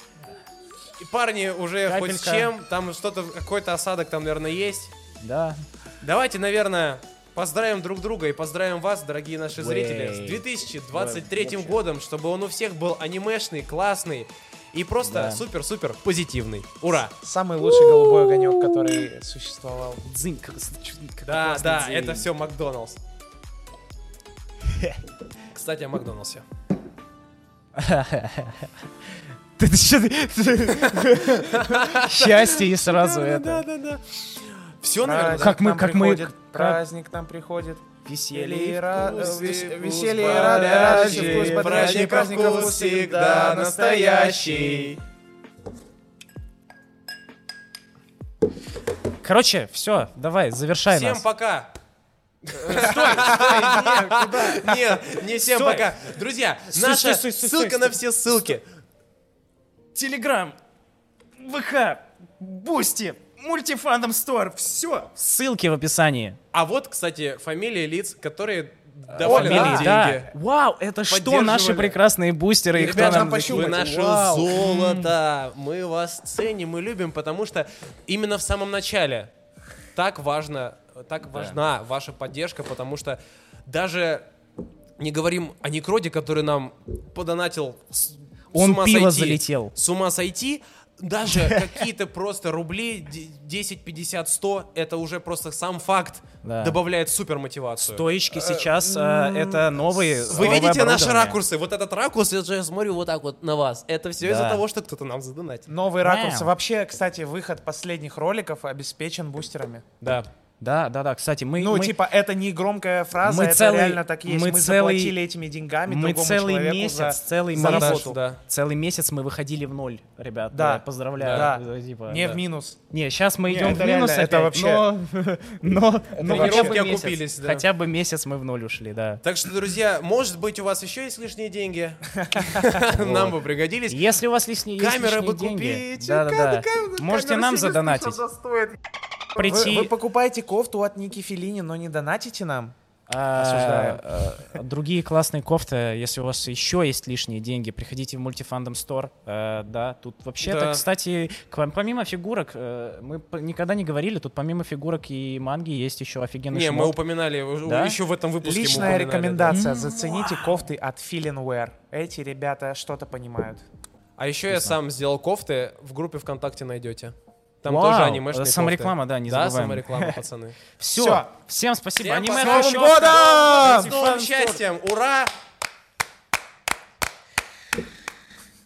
Speaker 1: И парни уже хоть с
Speaker 2: Капелька.
Speaker 1: чем, там что-то какой-то осадок там, наверное, есть.
Speaker 2: да
Speaker 1: Давайте, наверное, поздравим друг друга и поздравим вас, дорогие наши зрители, с
Speaker 2: Уэй.
Speaker 1: 2023
Speaker 2: Вообще.
Speaker 1: годом, чтобы он у всех был анимешный, классный и просто
Speaker 2: Да.
Speaker 1: супер-супер позитивный. Ура!
Speaker 3: Самый лучший голубой огонек, который существовал.
Speaker 2: дзынь как, как
Speaker 1: Да,
Speaker 2: классно
Speaker 1: да,
Speaker 2: дзынь.
Speaker 1: это все Макдоналдс. Кстати, о Макдоналдсе.
Speaker 2: Ты- ты чё ты- Счастье и сразу это.
Speaker 1: да. Все,
Speaker 3: Праздник
Speaker 1: наверное.
Speaker 2: Как мы-
Speaker 3: нам
Speaker 2: как мы-
Speaker 3: приходит,
Speaker 2: как-
Speaker 3: праздник нам приходит.
Speaker 2: Веселье и
Speaker 3: ра-
Speaker 1: вкус,
Speaker 3: э, вес-
Speaker 1: и вкус
Speaker 3: веселье и
Speaker 1: бодрящий,
Speaker 3: рад- радость, и вкус бодрящий,
Speaker 1: праздник
Speaker 3: праздников
Speaker 1: вкус
Speaker 3: всегда настоящий.
Speaker 2: Короче, все, давай, завершай
Speaker 1: Всем
Speaker 2: нас.
Speaker 1: пока. Стой, стой, нет, нет, не всем
Speaker 2: Стой.
Speaker 1: пока. Друзья,
Speaker 2: Стой,
Speaker 1: наша
Speaker 2: стой, стой, стой,
Speaker 1: ссылка
Speaker 2: стой.
Speaker 1: на все ссылки.
Speaker 2: Телеграм, ВК, Бусти, Мультифандом Стор, все. Ссылки в описании.
Speaker 1: А вот, кстати, фамилии лиц, которые давали
Speaker 2: Фамилии,
Speaker 1: нам
Speaker 2: да.
Speaker 1: деньги.
Speaker 2: Вау, это что
Speaker 1: Поддерживали.
Speaker 2: наши прекрасные бустеры и кто
Speaker 3: Ребята,
Speaker 2: нам
Speaker 3: нам
Speaker 2: закинул?
Speaker 1: Вы
Speaker 3: Чувак,
Speaker 1: наше
Speaker 3: вау.
Speaker 1: золото. Мы вас ценим и любим, потому что именно в самом начале так важно, так важна ваша поддержка, потому что даже не говорим о некроде, который нам подонатил. с-
Speaker 2: Он
Speaker 1: с ума
Speaker 2: пиво
Speaker 1: сойти.
Speaker 2: залетел.
Speaker 1: С ума сойти. Даже какие-то просто рубли, де- 10, 50, 100, это уже просто сам факт
Speaker 2: Да.
Speaker 1: добавляет супер мотивацию.
Speaker 2: Тоечки сейчас, э, это новые.
Speaker 1: Вы
Speaker 2: новое
Speaker 1: видите наши
Speaker 2: оборудование.
Speaker 1: ракурсы? Вот этот ракурс, я же смотрю вот так вот на вас. Это все из-за
Speaker 2: Да.
Speaker 1: того, что кто-то нам задонатил.
Speaker 3: Новый
Speaker 2: Мяу.
Speaker 3: ракурс. Вообще, кстати, выход последних роликов обеспечен бустерами.
Speaker 1: Да.
Speaker 2: Да, да, да. Кстати, мы...
Speaker 3: ну,
Speaker 2: мы-
Speaker 3: типа, это не громкая фраза,
Speaker 2: мы
Speaker 3: это
Speaker 2: целый-
Speaker 3: реально так есть. Мы,
Speaker 2: мы целый-
Speaker 3: заплатили этими деньгами
Speaker 2: мы
Speaker 3: другому
Speaker 2: целый
Speaker 3: человеку
Speaker 2: месяц,
Speaker 3: за-
Speaker 2: целый
Speaker 3: за
Speaker 2: месяц,
Speaker 3: работу.
Speaker 1: Да.
Speaker 2: целый месяц мы выходили в ноль, ребят.
Speaker 3: Да.
Speaker 2: Да, поздравляю.
Speaker 3: Да.
Speaker 2: Э, типа,
Speaker 3: не
Speaker 2: да.
Speaker 3: в минус.
Speaker 2: Не, сейчас мы
Speaker 3: Не,
Speaker 2: идем
Speaker 3: это
Speaker 2: в минус.
Speaker 3: реально, это
Speaker 2: опять, Но, но, но хотя
Speaker 1: Тренировки
Speaker 2: бы месяц,
Speaker 1: окупились, да.
Speaker 2: хотя бы месяц мы в ноль ушли, да.
Speaker 1: Так что, друзья, может быть, у вас еще есть лишние деньги? Нам бы пригодились.
Speaker 2: Если у вас лишь не
Speaker 1: Камеры бы купить,
Speaker 2: да, да, да. Можете нам задонатить.
Speaker 3: Вы,
Speaker 2: Прийти.
Speaker 3: вы покупаете кофту от Ники Филини, но не донатите нам.
Speaker 2: а,
Speaker 3: осуждаем.
Speaker 2: а, Другие классные кофты, если у вас еще есть лишние деньги, приходите в мультифандом стор. Э, Да, тут вообще-то,
Speaker 1: Да.
Speaker 2: кстати, к вам помимо фигурок, э, мы п- никогда не говорили, тут помимо фигурок и манги есть еще офигенный
Speaker 1: Не,
Speaker 2: шмот.
Speaker 1: мы упоминали, у-
Speaker 2: Да?
Speaker 1: еще в этом выпуске мы
Speaker 3: Личная
Speaker 1: упоминали, да.
Speaker 3: рекомендация. Зацените кофты от Filinware. Эти ребята что-то понимают.
Speaker 1: А еще я сам сделал кофты, в группе ВКонтакте найдете. Там
Speaker 2: Вау,
Speaker 1: тоже анимешные кофты.
Speaker 2: самореклама, да, не
Speaker 1: Да,
Speaker 2: забываем.
Speaker 1: самореклама, пацаны.
Speaker 2: Все.
Speaker 3: Всё.
Speaker 2: Всем спасибо.
Speaker 1: Всем
Speaker 2: Аниме
Speaker 1: спасибо.
Speaker 2: хорошо.
Speaker 1: С Новым С новым счастьем! Ура!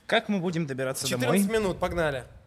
Speaker 2: Как мы будем добираться домой?
Speaker 1: 14 минут, погнали.